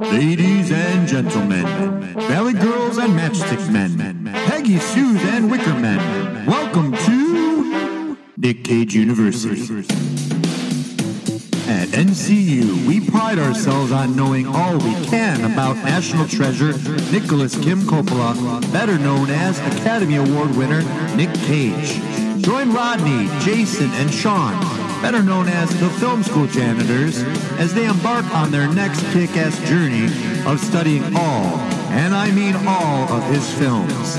Ladies and gentlemen, Valley Girls and Matchstick Men, Peggy Sue's and Wicker Men, welcome to Nick Cage University. At NCU, we pride ourselves on knowing all we can about national treasure Nicholas Kim Coppola, better known as Academy Award winner Nick Cage. Join Rodney, Jason, and Sean, better known as the film school janitors, as they embark on their next kick-ass journey of studying all, and I mean all, of his films.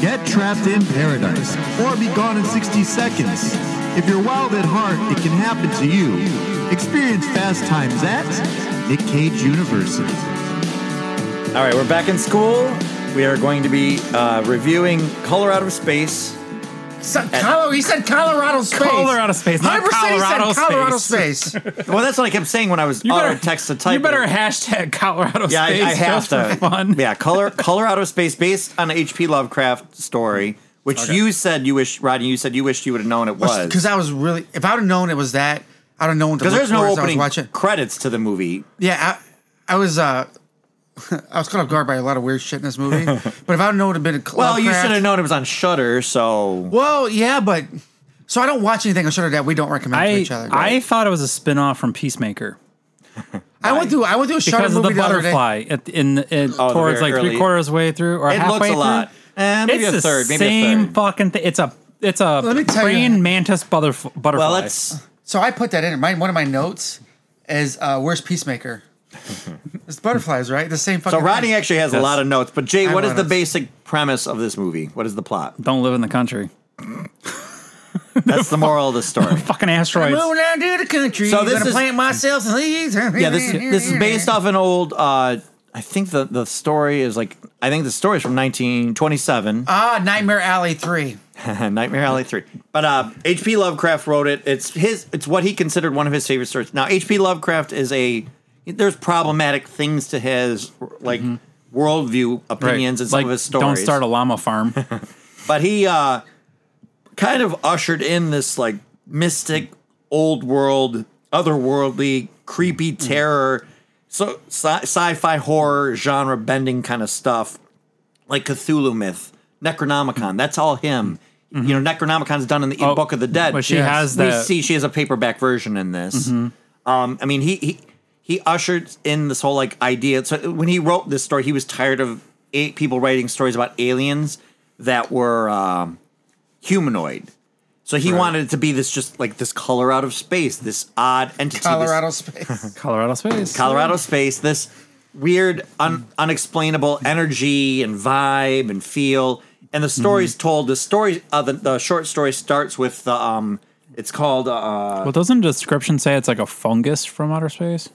Get trapped in paradise or be gone in 60 seconds. If you're wild at heart, it can happen to you. Experience fast times at Nick Cage University. All right, we're back in school. We are going to be uh, reviewing Color Out of Space. So, Colo- he said Colorado space. Colorado space, not 100% he Colorado said Colorado space. space. Well, that's what I kept saying when I was You on better our text to type. You better it. hashtag Colorado yeah, I, space I have just to. for fun. Yeah, Color Color Out of Space, based on a H.P. Lovecraft story, which you said you wish, Rodney. You said you wished you would have known it was Because I was really, if I'd have known it was that, I'd have known. because there's no opening I was watching. credits to the movie. Yeah, I, I was. uh I was caught off guard by a lot of weird shit in this movie. but if I'd have known it had been a Well, you Lovecraft- should have known it was on Shutter. So Well, yeah, but so I don't watch anything on Shutter that we don't recommend to I, each other. I thought it was a spin off from Peacemaker I went through I went through a Shutter because of movie the other day. butterfly at, in, in Oh, the towards very like early- three quarters way through or it halfway looks a through. lot. Eh, maybe it's a third. the Maybe a same third. fucking thing. It's a it's a Let me tell you- praying mantis butterf- butterfly. Well, let's. So I put that in. My, one of my notes is uh, "Where's Peacemaker?" it's butterflies, right? The same fucking. So Rodney thing. actually has a Yes. lot of notes, but Jay, have what a is lot the of basic premise of this movie? What is the plot? don't live in the country. That's the moral of the story. Fucking asteroids. Moving down to the country. So So this this gonna is- plant myself some leaves. yeah, this this is based off an old. Uh, I think the the story is like I think the story is from 1927, Ah, Nightmare Alley three. Uh, Nightmare Alley three. But uh, H.P. Lovecraft wrote it. It's his. It's what he considered one of his favorite stories. Now H.P. Lovecraft is a there's problematic things to his like worldview Mm-hmm. Right. opinions and some like, of his stories. Don't start a llama farm. but he uh kind of ushered in this like mystic old world otherworldly creepy terror so sci- sci-fi horror genre bending kind of stuff like cthulhu myth necronomicon that's all him you know necronomicon's done in the Oh, book of the dead but she Yes. has we that- Mm-hmm. see she has a paperback version in this um i mean he he he ushered in this whole like idea. So when he wrote this story, he was tired of eight people writing stories about aliens that were um, humanoid. So he wanted it to be this just like this color out of space, this odd entity, this Colorado space. Colorado space. Colorado space, this weird, un- unexplainable energy and vibe and feel. And the story's told. The story, uh, the, the short story starts with the um, it's called uh, Well, doesn't the description say it's like a fungus from outer space?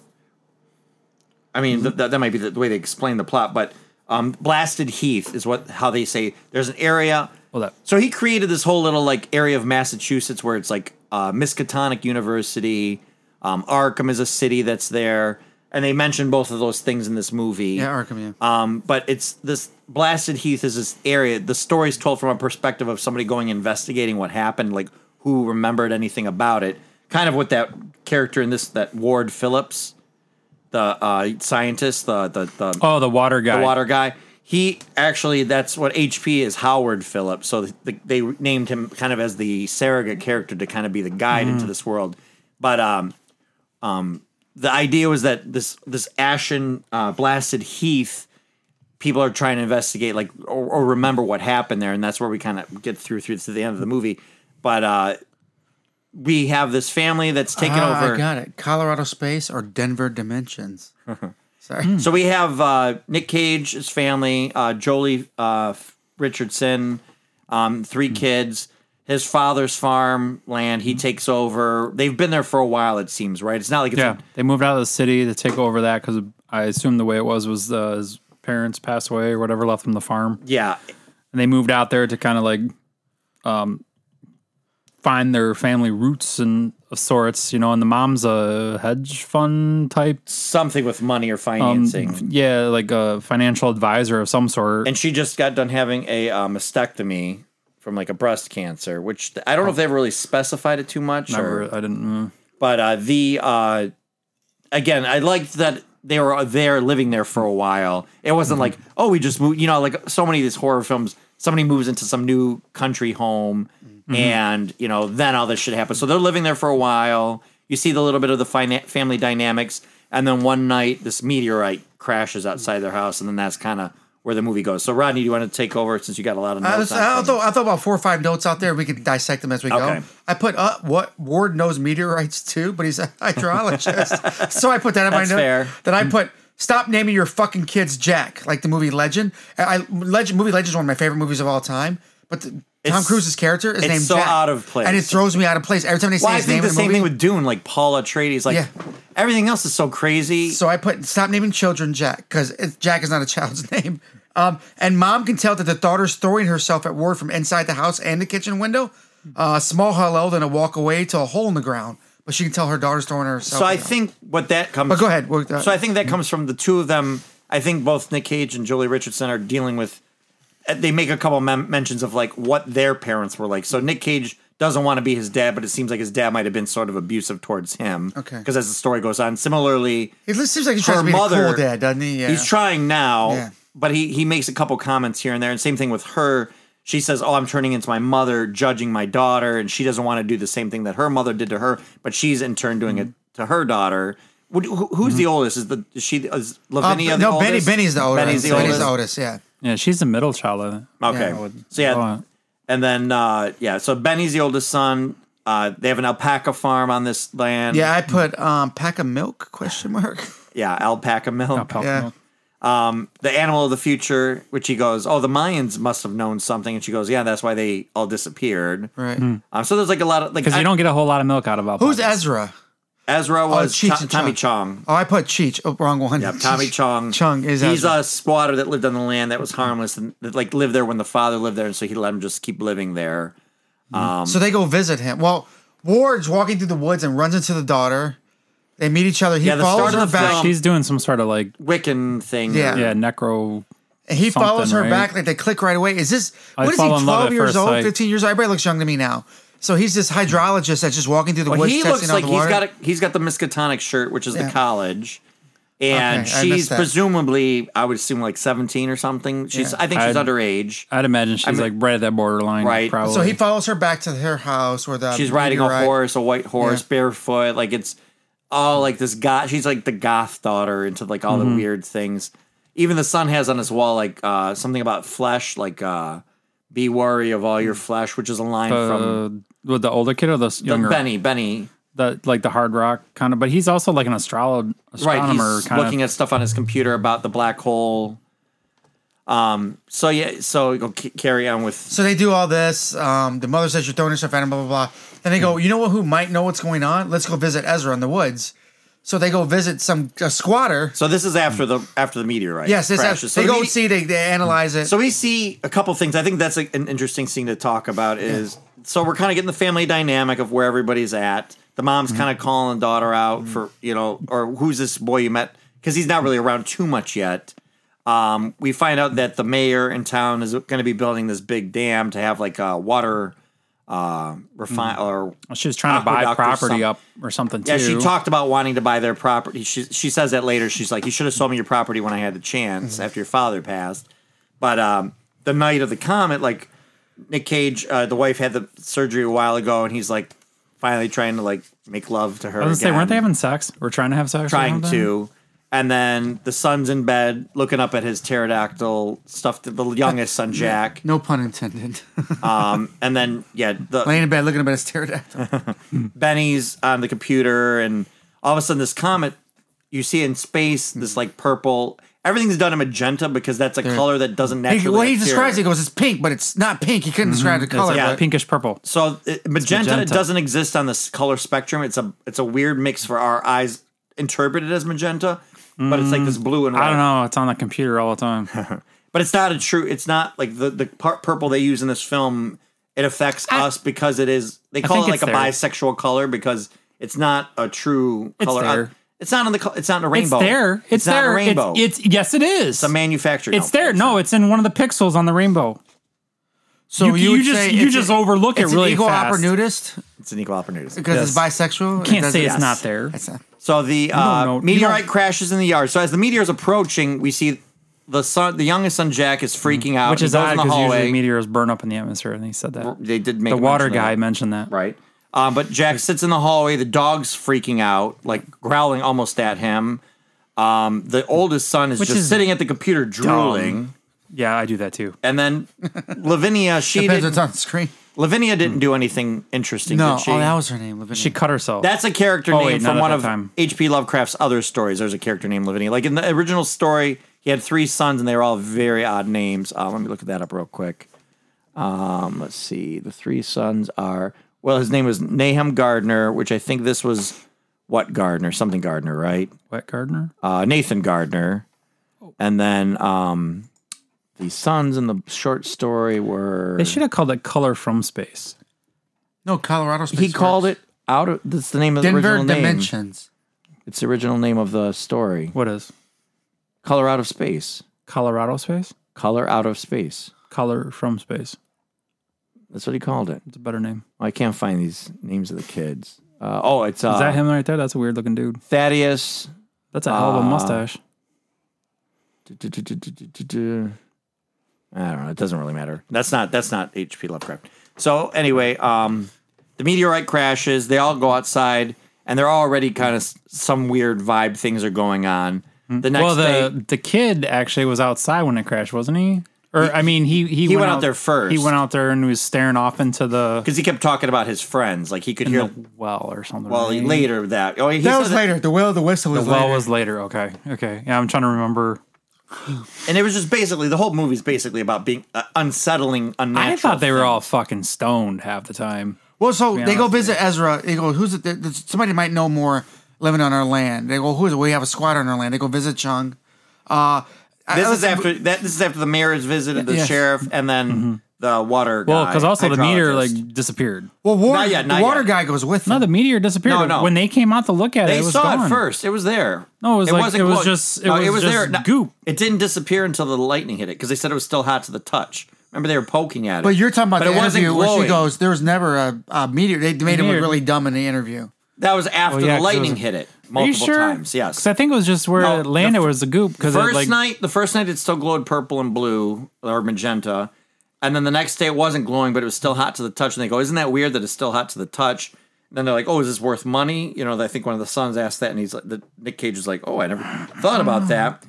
I mean, th- th- that might be the, the way they explain the plot, but um, blasted heath is what how they say. There's an area. Well, that- so he created this whole little like area of Massachusetts where it's like uh, Miskatonic University, um, Arkham is a city that's there, and they mention both of those things in this movie. yeah, Arkham. Yeah. Um, but it's this blasted heath is this area. The story's told from a perspective of somebody going investigating what happened, like who remembered anything about it. Kind of what that character in this that Ward Phillips, the uh, scientist, the the the, Oh, the water guy. the water guy. He actually that's what HP is Howard Phillips. So the, they named him kind of as the surrogate character to kind of be the guide Mm. into this world. But um, the idea was that this this ashen uh, blasted heath people are trying to investigate like or, or remember what happened there and that's where we kind of get through through to the end of the movie but uh we have this family that's taken Ah, over I got it. Colorado space or Denver dimensions. Sorry. so we have uh nick cage his family uh jolie uh richardson um three kids his father's farm land he takes over they've been there for a while it seems right it's not like it's Yeah, they moved out of the city to take over that because I assume the way it was was uh, his parents passed away or whatever left him the farm, yeah and they moved out there to kind of like um, find their family roots and of sorts, you know. And the mom's a hedge fund type, um, something with money or financing yeah, like a financial advisor of some sort. and she just got done having a uh, mastectomy from like a breast cancer, which th- I don't know if they've really specified it too much. Never- Or, I didn't. mm. but uh, the uh, again, I liked that they were there living there for a while. It wasn't Mm-hmm. like, oh, we just moved, you know, like so many of these horror films, somebody moves into some new country home Mm-hmm. and, you know, then all this shit happens. So they're living there for a while. You see the little bit of the fina- family dynamics. And then one night, this meteorite crashes outside their house. And then that's kind of where the movie goes. So, Rodney, do you want to take over since you got a lot of I, notes? was, on I, things? thought, I thought about four or five notes out there. We could dissect them as we Okay. go. I put uh, what Ward knows meteorites too, but he's a hydrologist, so I put that in my That's note. fair. Then I put stop naming your fucking kids Jack, like the movie Legend. I, I- Legend movie Legend is one of my favorite movies of all time, but the, Tom It's- Cruise's character is it's named so Jack, out of place. and it throws me out of place every time they say Well, I his think name the in the same movie. thing with Dune, like Paul Atreides, like Yeah. everything else is so crazy. So I put stop naming children Jack because Jack is not a child's name. Um, and mom can tell that the daughter's throwing herself at Ward from inside the house and the kitchen window. Uh, small hello, then a walk away to a hole in the ground. But she can tell her daughter's throwing herself. So I at him. think what that comes. But Oh, go ahead, uh, work that- So I think that comes from the two of them. I think both Nick Cage and Julie Richardson are dealing with. uh, They make a couple mem- mentions of like what their parents were like. So Nick Cage doesn't want to be his dad, but it seems like his dad might have been sort of abusive towards him. Okay. Because as the story goes on, similarly, It seems like he's trying to be a cool dad, doesn't he? Yeah. He's trying now, Yeah. but he he makes a couple comments here and there. And same thing with her. She says, "Oh, I'm turning into my mother, judging my daughter," and she doesn't want to do the same thing that her mother did to her, but she's in turn doing it Mm-hmm. to her daughter. Would- who- Who's the oldest? Is the is she is Lavinia? Uh, the no, Benny. oldest? Benny's the oldest. Benny's the oldest. Yeah. Yeah, she's the middle child. I think. Okay. Yeah. so yeah, go on. and then uh, yeah, so Benny's the oldest son. Uh, they have an alpaca farm on this land. Yeah, I put um, pack of milk question mark. yeah, alpaca milk. Alpaca Yeah. milk. the animal of the future, which he goes, "Oh, the Mayans must have known something," and she goes, "Yeah, that's why they all disappeared." Right. Um, so there's like a lot of like Because I- you don't get a whole lot of milk out of alpaca. Who's Ezra? Ezra was Oh, Cheech To- and Tommy Chong. Chong. Oh, I put Cheech. Oh, wrong one. Yeah, Tommy Chong. Chong is he's Ezra. a squatter that lived on the land that was harmless and that like lived there when the father lived there, and so he let him just keep living there. So they go visit him. Well, Ward's walking through the woods and runs into the daughter. They meet each other. He Yeah, the follows start her of the back. film- She's doing some sort of like Wiccan thing. Yeah. yeah necro. and he follows her something, right? back. Like they click right away. Is this what is he? fall in love Twelve at years first old, sight. fifteen years old. Everybody looks young to me now. So he's this hydrologist that's just walking through the Well, woods. he looks testing out like the he's water. got a, he's got the Miskatonic shirt, which is Yeah. the college, and Okay, I she's missed that. presumably, I would assume, like seventeen or something. She's, Yeah. I think she's I'd- underage. I'd imagine she's like right at that borderline. Right. Probably. So he follows her back to her house where the She's riding a meteorite- horse, a white horse, Yeah. barefoot. Like it's all like this goth. She's like the goth daughter into like all Mm-hmm. the weird things. Even the son has on his wall like uh, something about flesh, like uh, "Be wary of all your flesh," which is a line from uh, with the older kid or the s- the younger Benny. Benny, the like the hard rock kind of but he's also like an astrolog- right? astronomer He's kind looking of at stuff on his computer about the black hole. Um. So yeah. So go c- carry on with. So they do all this. Um, the mother says you're throwing yourself at him, blah blah blah. Then they go, you know what? Who might know what's going on? Let's go visit Ezra in the woods. So they go visit some a squatter. So this is after the after the meteorite. Yes, this crashes. actually, So they the go mete- see. They, they analyze it. So we see a couple things. I think that's a, an interesting thing to talk about. Is so we're kind of getting the family dynamic of where everybody's at. The mom's kind of calling daughter out for you know, or who's this boy you met? Because he's not really around too much yet. Um, we find out that the mayor in town is going to be building this big dam to have like a water uh, refine or she was trying to buy aqueduct or property something. up or something too Yeah, she talked about wanting to buy their property. She she says that later. She's like, "You should have sold me your property when I had the chance after your father passed." But um, the night of the comet, like Nick Cage, uh, the wife had the surgery a while ago, and he's like finally trying to like make love to her. I was gonna say, weren't they again having sex or trying to have sex? or trying something? to. And then the son's in bed looking up at his pterodactyl stuff, the youngest son, Jack. no pun intended. And then, yeah, the, Laying in bed looking at his pterodactyl. Benny's on the computer, and all of a sudden, this comet you see in space, Hmm. this like purple. Everything's done in magenta because that's a color that doesn't He, naturally. well, he appear. describes it. He goes, "It's pink, but it's not pink." He couldn't describe the color. yeah, but- pinkish purple. So it, magenta, magenta. doesn't exist on this color spectrum. It's a it's a weird mix for our eyes interpreted as magenta, but it's Hmm. like this blue and white. I don't know. It's on the computer all the time. But it's not a true. It's not like the the part purple they use in this film. It affects us because it is. They call it think like it's a there. bisexual color because it's not a true color. Uh, there. It's not on the. co- It's not in a it's rainbow. there. It's, not there. a rainbow. It's, it's yes, it is. a manufactured. it's no. there. No, it's in one of the pixels on the rainbow. so You- you would just- say you it's just a- overlook it it's really an ego fast. opportunist. It's an equal opportunity. because it's Yes. bisexual. it Can't does- say yes. it's not there. It's not. So the uh, don't know- you meteorite don't- crashes in the yard. So as the meteor is approaching, we see the son, the youngest son Jack, is freaking out. Mm. Which He is goes odd in the because hallway. usually meteors burn up in the atmosphere, and he said that. They did make the a water mention of guy that. mentioned that. right? Um, but Jack sits in the hallway. The dog's freaking out, like growling almost at him. Um, the oldest son is Which just is sitting at the computer drooling. Yeah, I do that too. And then Lavinia, she Depends did, what's on the screen. Lavinia didn't do anything interesting. No, did she? oh, that was her name. Lavinia. She cut herself. That's a character Oh, name wait, not from at one that of time. H.P. Lovecraft's other stories. There's a character named Lavinia. Like in the original story, he had three sons, and they were all very odd names. Uh, let me look that up real quick. Um, let's see. The three sons are well, his name was Nahum Gardner, which I think this was what Gardner, something Gardner, right? Wet gardener. Uh, Nathan Gardner, and then um, the sons in the short story were They should have called it color from space. no, Colorado. Space he called Works. it out of that's the name of the Denver original name. Dimensions. It's the original name of the story. What is Color out of space. Colorado space? Color out of space. Color from space. That's what he called it. It's a better name. I can't find these names of the kids. Uh, oh, it's uh, Is that him right there? That's a weird looking dude. Thaddeus. That's a hell uh, of a mustache. Du-du-du-du-du-du-du. I don't know. It doesn't really matter. That's not that's not H.P. Lovecraft. So anyway, um, the meteorite crashes. They all go outside, and they're already kind of some weird vibe. Things are going on. The next Mm-hmm. Well, the day, the kid actually was outside when it crashed, wasn't he? Or I mean, he he, went out there first. He went out there and was staring off into the because he kept talking about his friends, like he could hear. well or something. well, right? he later that. Oh, he That said was later. The Will of the Whistle was well later. was later. Okay, okay. Yeah, I'm trying to remember. and it was just basically the whole movie's basically about being uh, unsettling, unnatural. I thought they were thing. all fucking stoned half the time. Well, so they go honest with visit Ezra. They go, who's it? th- th- Somebody might know more living on our land. They go, who's it? We have a squad on our land. They go visit Chung. Uh, This I- I is listen- after that. This is after the mayor has visited the Yes. sheriff and then Mm-hmm. the water. Guy, Well, because also the meteor hydrologist. like disappeared. Well, water, Not yet, not the water yet. guy goes with No, them. the meteor disappeared. No, no. When they came out to look at it, They it was saw gone. it first. It was there. No, it was like- wasn't it was clo- just- it was just No, goop. It didn't disappear until the lightning hit it because they said it was still hot to the touch. Remember they were poking at it. but you're talking about But it the wasn't interview where she glowing. goes, there was never a, a meteor. They made him look Meteor. really dumb in the interview. That was after Well, Oh, yeah, the 'cause it lightning was- hit it Are you multiple sure? times. Yes. Because I think it was just where No, it the landed was the goop. Because First like, night, the first night it still glowed purple and blue or magenta, and then the next day it wasn't glowing, but it was still hot to the touch. And they go, "Isn't that weird that it's still hot to the touch?" And then they're like, "Oh, is this worth money?" You know, I think one of the sons asked that, and he's like, the, "Nick Cage is like, oh, I never thought about that."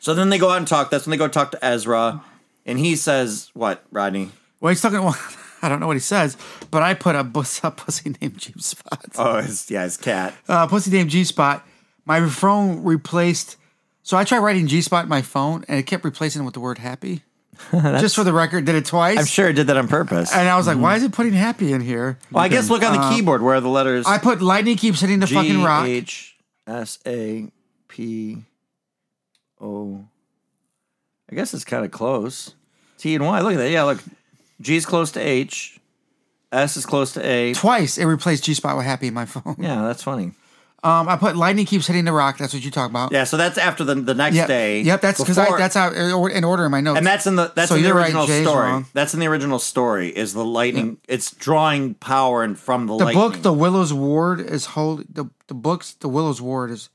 So then they go out and talk. That's when they go talk to Ezra, and he says, "What, Rodney?" Well, he's talking. Well, I don't know what he says, but I put a, bus, a pussy named Jeep Spot. Oh, his, yeah, his cat. uh, pussy named G Spot. My phone replaced. So I tried writing G Spot in my phone, and it kept replacing it with the word happy. Just for the record, did it twice. I'm sure Mm-hmm. it did that on purpose. Uh, And I was like, why is it putting happy in here? well, I guess look on the keyboard where are the letters I put lightning keeps hitting the fucking rock. G H S A P O. I guess it's kind of close. T and Y. Look at that. Yeah, look. G is close to H. S is close to A. Twice it replaced G Spot with happy in my phone. Yeah, that's funny. Um, I put lightning keeps hitting the rock. That's what you talk about. Yeah, so that's after the the next Yep. day. Yep. That's because I Before- that's how in order in my notes. and that's in the that's So in the you're right, original Jay's story. wrong. That's in the original story. Is the lightning? It's drawing power and from the, the lightning. book. The Willow's Ward is hold the the books. The Willow's Ward is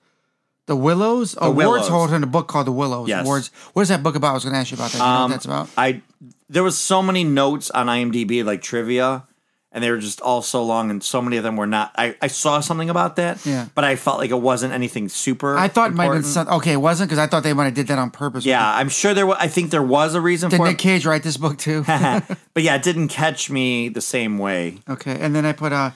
the Willows. The Willows. Ward's holding a book called The Willows. Yes. Um, Ward's. What is that book about? I was going to ask you about that. Do you know what that's about. I there was so many notes on IMDb like trivia, and they were just all so long, and so many of them were not. I, I saw something about that, Yeah. but I felt like it wasn't anything super. I thought it might have been important. something. Okay, it wasn't because I thought they might have did that on purpose. Yeah, I'm sure there was. I think there was a reason Did for Nick it, Cage write this book too? but yeah, it didn't catch me the same way. okay, and then I put uh,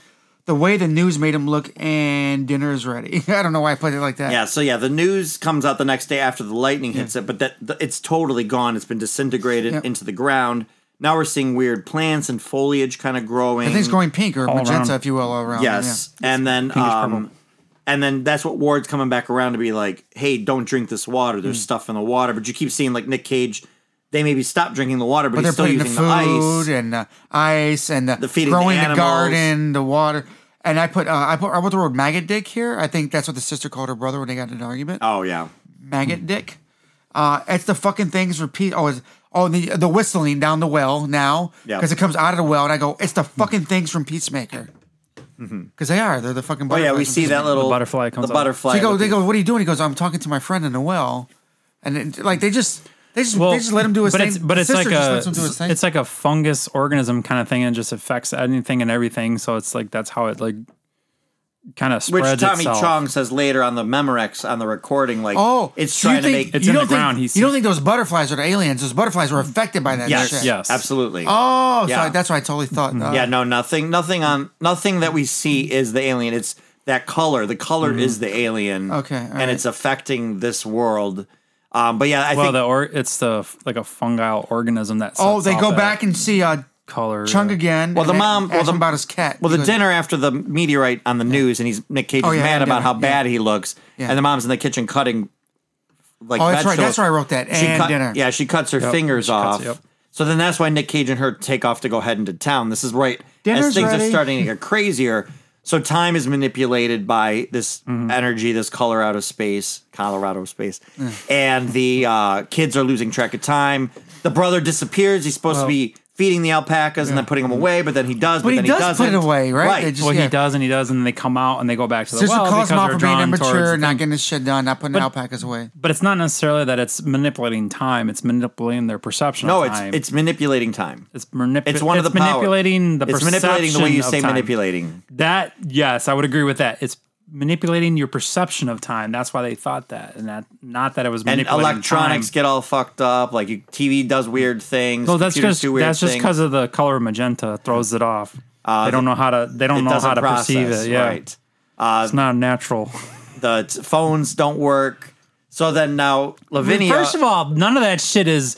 the way the news made him look, and dinner is ready. I don't know why I put it like that. Yeah, so yeah, the news comes out the next day after the lightning hits it, but that th- it's totally gone. It's been disintegrated Yep. into the ground. Now we're seeing weird plants and foliage kind of growing. I think it's going pink or magenta, around. if you will, all around. Yes, and then um, and then that's what Ward's coming back around to be like, hey, don't drink this water. There's Hmm. stuff in the water, but you keep seeing like Nick Cage. They maybe stop drinking the water, but, But they're he's still putting the using food the, ice. and the ice and the, feeding the growing the, animals. garden, the water. And I put uh, I put I put the word maggot dick here. I think that's what the sister called her brother when they got in an argument. oh yeah, hmm. maggot dick. Uh, it's the fucking things repeat. Oh, it's, oh the the whistling down the well now Yeah. Hmm. because it comes out of the well, and I go, it's the fucking things from Peacemaker. because they are. They're the fucking. Mm-hmm. Oh yeah, we see that little butterfly comes The out. butterfly. They go. They looking- go. What are you doing? He goes. I'm talking to my friend in the well, and it, like they just they just they just let him do his but thing. It's, but His it's like sister just a lets him do his thing. it's like a fungus organism kind of thing, and just affects anything and everything. So it's like that's how it like kind of Which spreads Tommy itself. Chong says later on the Memorex on the recording, like, Oh, it's you trying to think- make. It's you in don't the ground, Think, he's- you don't think those butterflies are the aliens? Those butterflies were affected by that yes, shit. yes. absolutely. Oh, Yeah. Mm-hmm. so that's what I totally thought. Uh, yeah, no, nothing, nothing on, nothing that we see is the alien. It's that color. The color is the alien. Mm-hmm. Okay, all and right. it's affecting this world. Um, but yeah, I Well, think the or it's the like a fungal organism that. Oh, sets they off go that back and see uh, color. Chung again. Well, the and mom- ask well, the- him about his cat. Well, the He goes, dinner after the meteorite on the news, and he's Nick Cage Oh, is yeah, mad yeah, about how yeah. bad he looks, Yeah. and the mom's in the kitchen cutting. Like Oh, that's right. vegetables. That's where I wrote that. she And cut, dinner. Yeah, she cuts her fingers cuts- off. yep. So then that's why Nick Cage and her take off to go head into town. This is right as Dinner's things are ready. starting to get crazier. So time is manipulated by this Mm-hmm. energy, this color out of space, Colorado space, and the uh, kids are losing track of time. The brother disappears. He's supposed to be feeding the alpacas and then putting them away, but then he does. But, he then does put doesn't. it away, right? They Right. just- Well, Yeah. he does, and he does, and then they come out and they go back to the Sister well calls because him out they're for being drawn immature, towards. not getting his shit done, not putting alpacas away. But it's not necessarily that it's manipulating time; it's manipulating their perception. No, of it's time. it's manipulating time. it's manip- It's one of the power- manipulating the It's manipulating the way you perception say of time. manipulating. That yes, I would agree with that. It's manipulating your perception of time. That's why they thought that, and that not that it was And manipulating electronics Time. get all fucked up. Like you, TV does weird things. No, that's computers just do weird that's just things. Uh, because of the color magenta throws it off. they don't know how to they it don't know doesn't how to process, perceive it. Yeah, right. it's not natural. The t- phones don't work. So then now Lavinia. First of all, none of that shit is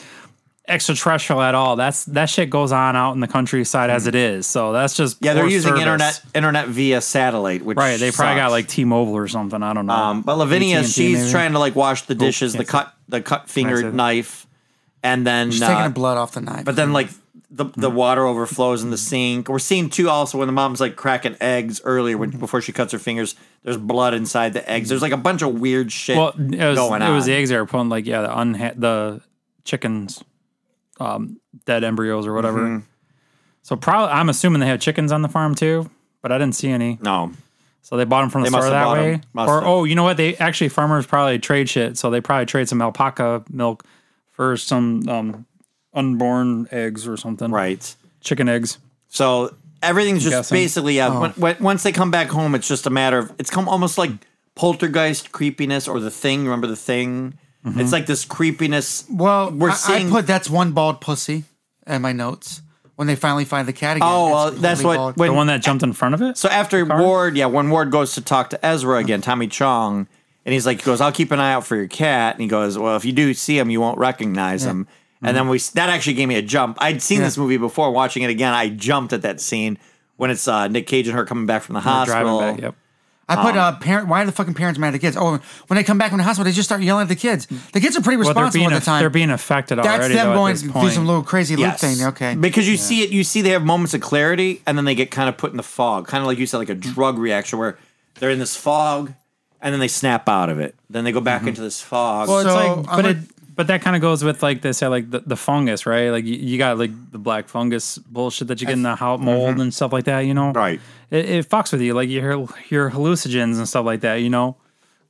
extraterrestrial at all. That's that shit goes on out in the countryside as it is. So that's just Hmm. yeah, they're poor using service. internet internet via satellite, which Right, they probably got sucks. like T-Mobile or something. I don't know. Um, but Lavinia, AT&T she's maybe. Oh, trying to like wash the dishes, the can't cut the cut Can't fingered say. knife, and then She's uh, taking the blood off the knife. But then like the the Hmm. water overflows in the sink. We're seeing too also when the mom's like cracking eggs earlier Hmm. when before she cuts her fingers. There's blood inside the eggs. There's like a bunch of weird shit Well, it was, going it on. was the eggs they were putting, like, yeah, the unha- the chickens, um, dead embryos or whatever. Mm-hmm. So probably, I'm assuming they had chickens on the farm too, but I didn't see any. no. So they bought them from the They must store have that bought way. 'em. Must Or have. oh, you know what? They actually farmers probably trade shit, so they probably trade some alpaca milk for some um, unborn eggs or something. Right. chicken eggs. So everything's just guessing. Oh. basically yeah. When, when, once they come back home, it's just a matter of it's come almost like poltergeist creepiness or the thing. Remember the thing? Mm-hmm. It's like this creepiness. well, we're I, I seeing- put that's one bald pussy in my notes when they finally find the cat again. oh, it's well, that's completely what bald. when The one that jumped in front of it. So after Ward, yeah, when Ward goes to talk to Ezra again, Tommy Chong, and he's like, he goes, I'll keep an eye out for your cat. And he goes, Well, if you do see him, you won't recognize him. And Mm-hmm. then we that actually gave me a jump. I'd seen this movie before. Watching it again, I jumped at that scene when it's uh, Nick Cage and her coming back from the driving hospital. back. Yep. I Oh. put uh, parent. Why are the fucking parents mad at the kids? Oh, when they come back from the hospital, they just start yelling at the kids. The kids are pretty But they're responsible being at the time. they're being affected that's already. them though, at going this to do point. some little crazy Yes. loop thing. Okay, Because you see it, you see they have moments of clarity, and then they get kind of put in the fog, kind of like you said, like a drug reaction where they're in this fog, and then they snap out of it. Then they go back into this fog. Well, it's So, like, I'm but like- it, but that kind of goes with like they say, like the, the fungus, right? Like you, you got like the black fungus bullshit that you get in the hou- mold and stuff like that, you know? Right. It, it fucks with you, like you hear hear hallucinogens and stuff like that, you know?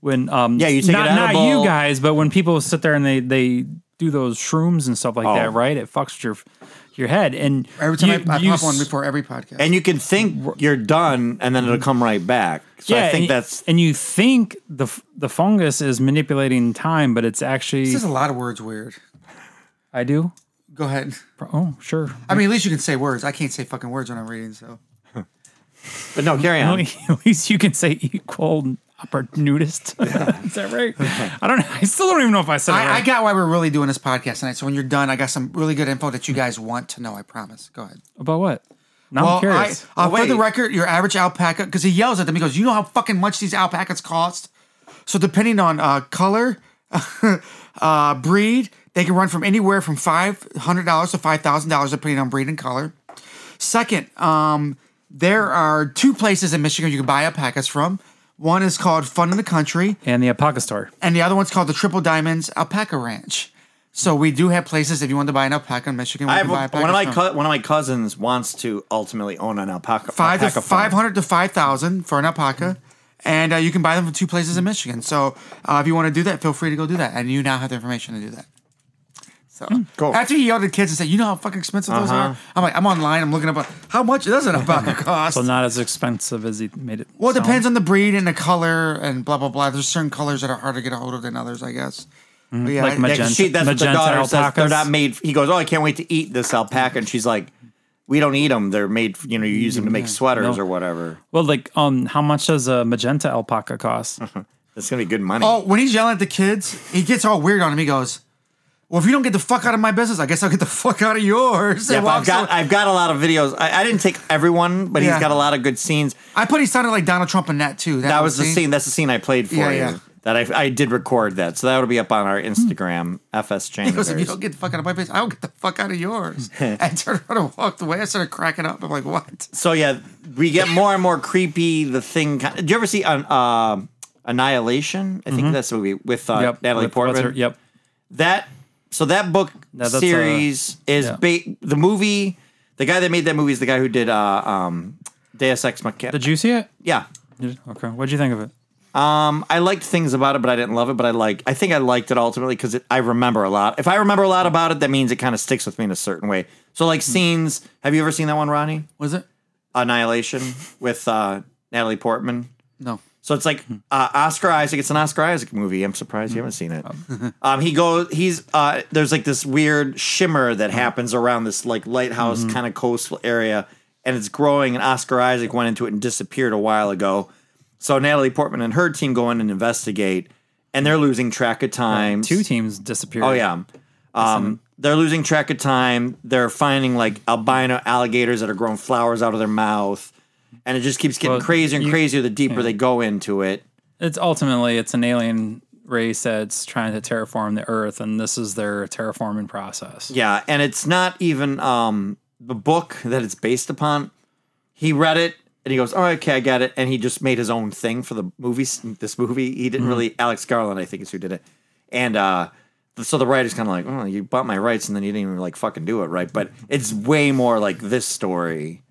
When um Yeah, you take not, an not edible- you guys, but when people sit there and they they do those shrooms and stuff like Oh. that, right? It fucks with your your head and every time you- I, I you pop one s- before every podcast. and you can think you're done and then it'll come right back so i and think you- that's and you think the f- the fungus is manipulating time, but it's actually this is a lot of words weird. I do. Go ahead. Oh, sure. I mean, at least you can say words. I can't say fucking words when I'm reading. So but no carry on At least you can say equal opportunist. Is that right? I don't know. I still don't even know if I said it I, I right. got why we're really doing this podcast tonight. So when you're done, I got some really good info that you guys want to know. I promise. Go ahead. About what? Now I'm I, curious. uh, for the Wait. record, your average alpaca, because he yells at them, he goes, "You know how fucking much these alpacas cost." So depending on uh, color, uh, breed, they can run from anywhere from five hundred dollars to five thousand dollars, depending on breed and color. Second, um, there are two places in Michigan you can buy alpacas from. One is called Fun in the Country, and the Apoca store. and the other one's called the Triple Diamonds Alpaca Ranch. So we do have places if you want to buy an alpaca in Michigan. We I can have buy a, alpaca one of my from- co- one of my cousins wants to ultimately own an alpaca five to alpaca farm. five hundred to five thousand for an alpaca, and uh, you can buy them from two places in Michigan. So uh, if you want to do that, feel free to go do that, and you now have the information to do that. So Hmm, cool. Uh-huh. after he yelled at kids and said, "You know how fucking expensive those are," I'm like, I'm online, I'm looking up how much does an alpaca cost. So not as expensive as he made it. well, it sound. depends on the breed and the color and blah blah blah. There's certain colors that are harder to get a hold of than others, I guess. Mm-hmm. But yeah, Like I- Yeah, 'cause Magenta- she, that's what the magenta daughter says. They're alpacas. not made. He goes, "Oh, I can't wait to eat this alpaca," and she's like, "We don't eat them. They're made. You know, you use them to make sweaters No. or whatever. Well, like, um, how much does a magenta alpaca cost? Uh-huh. That's gonna be good money." Oh, when he's yelling at the kids, he gets all weird on him. He goes, "Well, if you don't get the fuck out of my business, I guess I'll get the fuck out of yours." yeah, And but I've walks got away. I've got a lot of videos. I, I didn't take everyone, but Yeah. he's got a lot of good scenes. I put he sounded like Donald Trump in that too. That one was the scene. That's the scene I played for Yeah, you. yeah. That I, I did record that, so that'll be up on our Instagram FS He goes, if you Chambers. don't get the fuck out of my face, I will get the fuck out of yours. and turned around and walked away. I started cracking up. I'm like, what? So yeah, we get more and more creepy. The thing. Kind did you ever see an, uh, Annihilation? I think that's the movie with uh, Natalie With- what's Portman. her- yep. that so that book that's, uh, series is yeah. ba- the movie the guy that made that movie is the guy who did uh um Deus Ex Machina. Did you see it? yeah. You- Okay. What'd you think of it? Um I liked things about it but I didn't love it but I like I think I liked it ultimately cuz I remember a lot. If I remember a lot about it that means it kind of sticks with me in a certain way. So like scenes, have you ever seen that one Ronnie? Was it? Annihilation with uh Natalie Portman. No. So it's like uh, Oscar Isaac. It's an Oscar Isaac movie. I'm surprised you haven't seen it. Um, he goes. He's uh, there's like this weird shimmer that happens around this like lighthouse kind of coastal area, and it's growing. And Oscar Isaac went into it and disappeared a while ago. So Natalie Portman and her team go in and investigate, and they're losing track of time. Two teams disappeared. Oh yeah. Um, they're losing track of time. They're finding like albino alligators that are growing flowers out of their mouth, and it just keeps getting Well, crazier and you- crazier the deeper they go into it. It's ultimately it's an alien race that's trying to terraform the Earth, and this is their terraforming process. Yeah, and it's not even um, the book that it's based upon. He read it and he goes, "All right, okay, I get it." And he just made his own thing for the movie. This movie, he Mm-hmm. didn't really. Alex Garland, I think, is who did it. And uh, so the writer's kind of like, "Oh, you bought my rights, and then you didn't even like fucking do it right." But it's way more like this story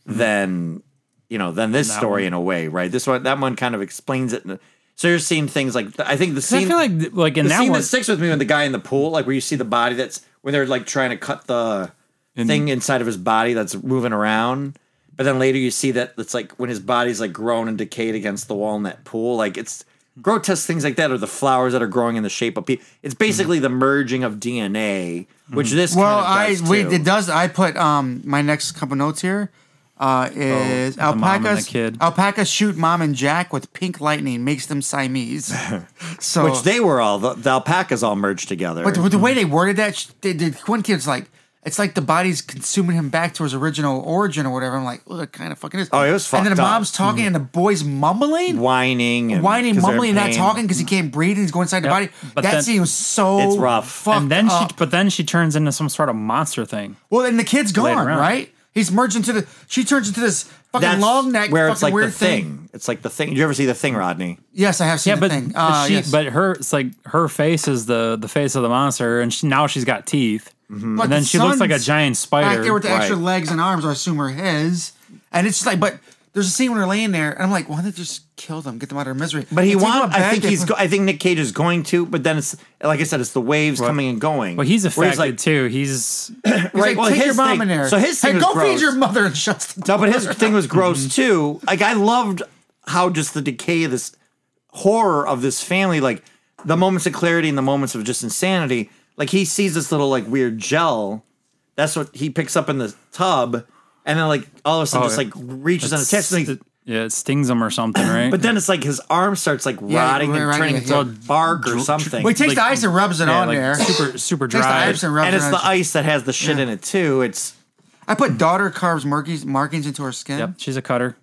Mm-hmm. than you know than this story in a way, right? This one, that one, kind of explains it. in a- So you're seeing things like I think the scene. I feel like like in The that scene one, that sticks with me when the guy in the pool, like where you see the body that's when they're like trying to cut the thing inside of his body that's moving around. But then later you see that it's like when his body's like grown and decayed against the wall in that pool. Like it's grotesque things like that, or the flowers that are growing in the shape of people. It's basically the merging of DNA, which this Well, kind I of does wait. too. It does. I put um my next couple notes here. Uh, is the mom and the alpacas kid. alpacas shoot mom and Jack with pink lightning makes them Siamese. So which they were all the, the alpacas all merged together. But the, but the way they worded that, sh- they, they, one kid's like, it's like the body's consuming him back to his original origin or whatever. I'm like, well, it kind of fucking is. Oh, it was And then fucked the up. mom's talking and the boy's mumbling, whining, and, whining, 'cause they're in mumbling, and not pain. talking because he can't breathe and he's going inside the body. Yep. But that then- scene was so It's rough. Fucked and then up. she, but then she turns into some sort of monster thing. well, and the kid's gone, around. right? He's merged into the. She turns into this fucking That's long neck, where fucking it's like weird the thing. It's like the thing. Did you ever see the thing, Rodney? Yes, I have seen Yeah, the but thing. but Uh, she, yes. but her, it's like her face is the the face of the monster, and she, now she's got teeth, But and then the she looks like Mm-hmm. a son's giant spider. Back there with the extra Right. legs and arms, I assume are his. And it's just like, but there's a scene when they're laying there, and I'm like, why don't they just kill them, get them out of their misery? But he They take them wants. out I think back, he's. they- Go, I think Nick Cage is going to. But then it's like I said, it's the waves coming and going. but he's Where affected like, too. He's he's like, well, take his your mom thing- in there. so his hey, thing was go feed gross. your mother and shut the no, but his thing was gross too. Like I loved how just the decay of this horror of this family, like the moments of clarity and the moments of just insanity. Like he sees this little like weird gel. That's what he picks up in the tub, and then like all of a sudden Oh, just yeah. like reaches and attaches. and he- yeah, it stings him or something, right? But then it's like his arm starts like rotting and right, turning yeah, into yeah. bark or something. Well, he takes the ice and rubs it yeah, on like there. super super Takes the dry. ice and rubs and it it's on. the ice that has the shit in it too. It's I put daughter carves markings, markings into her skin. Yep, she's a cutter.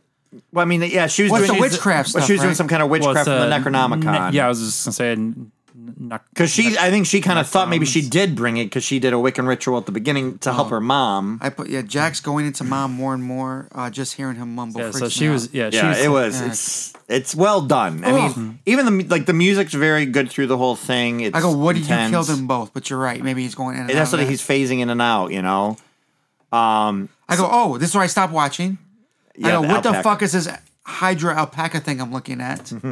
Well, I mean, yeah, she was What's doing the witchcraft well, stuff, she was doing right? some kind of Well, witchcraft it's uh, from the a- uh, Necronomicon. ne- yeah, I was just gonna say Nuck. Because she, I think she kind of thought maybe she did bring it because she did a Wiccan ritual at the beginning to Oh. help her mom. I put yeah. Jack's going into mom more and more. Uh, just hearing him mumble. Yeah, freaks so me she out. was. Yeah, she Yeah, was, it was. It's it's well done. I mean, Oh. even the mu- like the music's very good through the whole thing. It's I go, what did you intense. kill them both? But you're right. Maybe he's going in. And And that's out of what that. he's phasing in and out. You know. I go, oh, this is where I stopped watching. I Yeah, go, the what the alpaca. fuck is this Hydra alpaca thing I'm looking at? and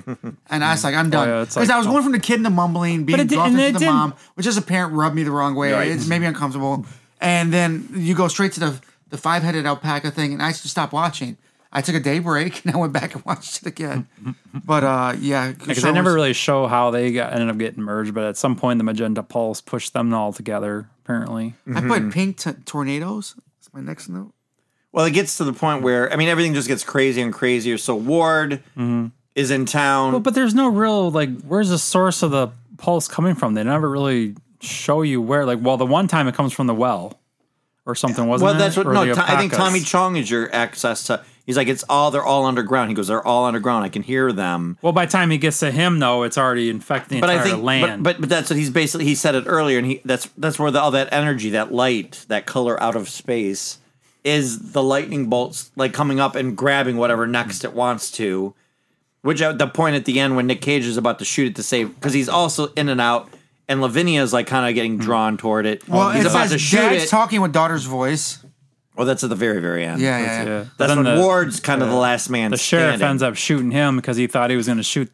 I was like, I'm done. yeah, it's Because like- I was going from the kid and the mumbling, being it did- brought and into it the didn't- mom, which as a parent rubbed me the wrong way. Right. It's maybe uncomfortable. And then you go straight to the, the five headed alpaca thing, and I just stopped watching. I took a day break and I went back and watched it again. but uh, yeah, Because Sean they never was- really show how they got ended up getting merged, but at some point the magenta pulse pushed them all together. Apparently, I played Pink t- Tornadoes. That's my next note. Well, it gets to the point where I mean, everything just gets crazier and crazier. So Ward Mm-hmm. is in town. but there's no real like. Where's the source of the pulse coming from? They never really show you where. Like, well, the one time it comes from the well or something, wasn't well, it? that's what. Or No, the Tom- I think alpacas. Tommy Chong is your access to. He's like, it's all. They're all underground. He goes, they're all underground. I can hear them. Well, by the time he gets to him, though, it's already infecting the But I entire think, land. But, but but that's what he's basically. He said it earlier, and he that's that's where the, all that energy, that light, that color out of space, is the lightning bolts like coming up and grabbing whatever next it wants to. Which at the point at the end when Nick Cage is about to shoot it to save, because he's also in and out, and Lavinia's like kind of Mm. getting drawn toward it. Well, Oh, he's it about says to shoot Dad's it. talking with daughter's voice. well, that's at the very very end. Yeah, yeah, yeah. yeah. That's Then when the, Ward's kind of the last man. the sheriff standing. ends up shooting him because he thought he was going to shoot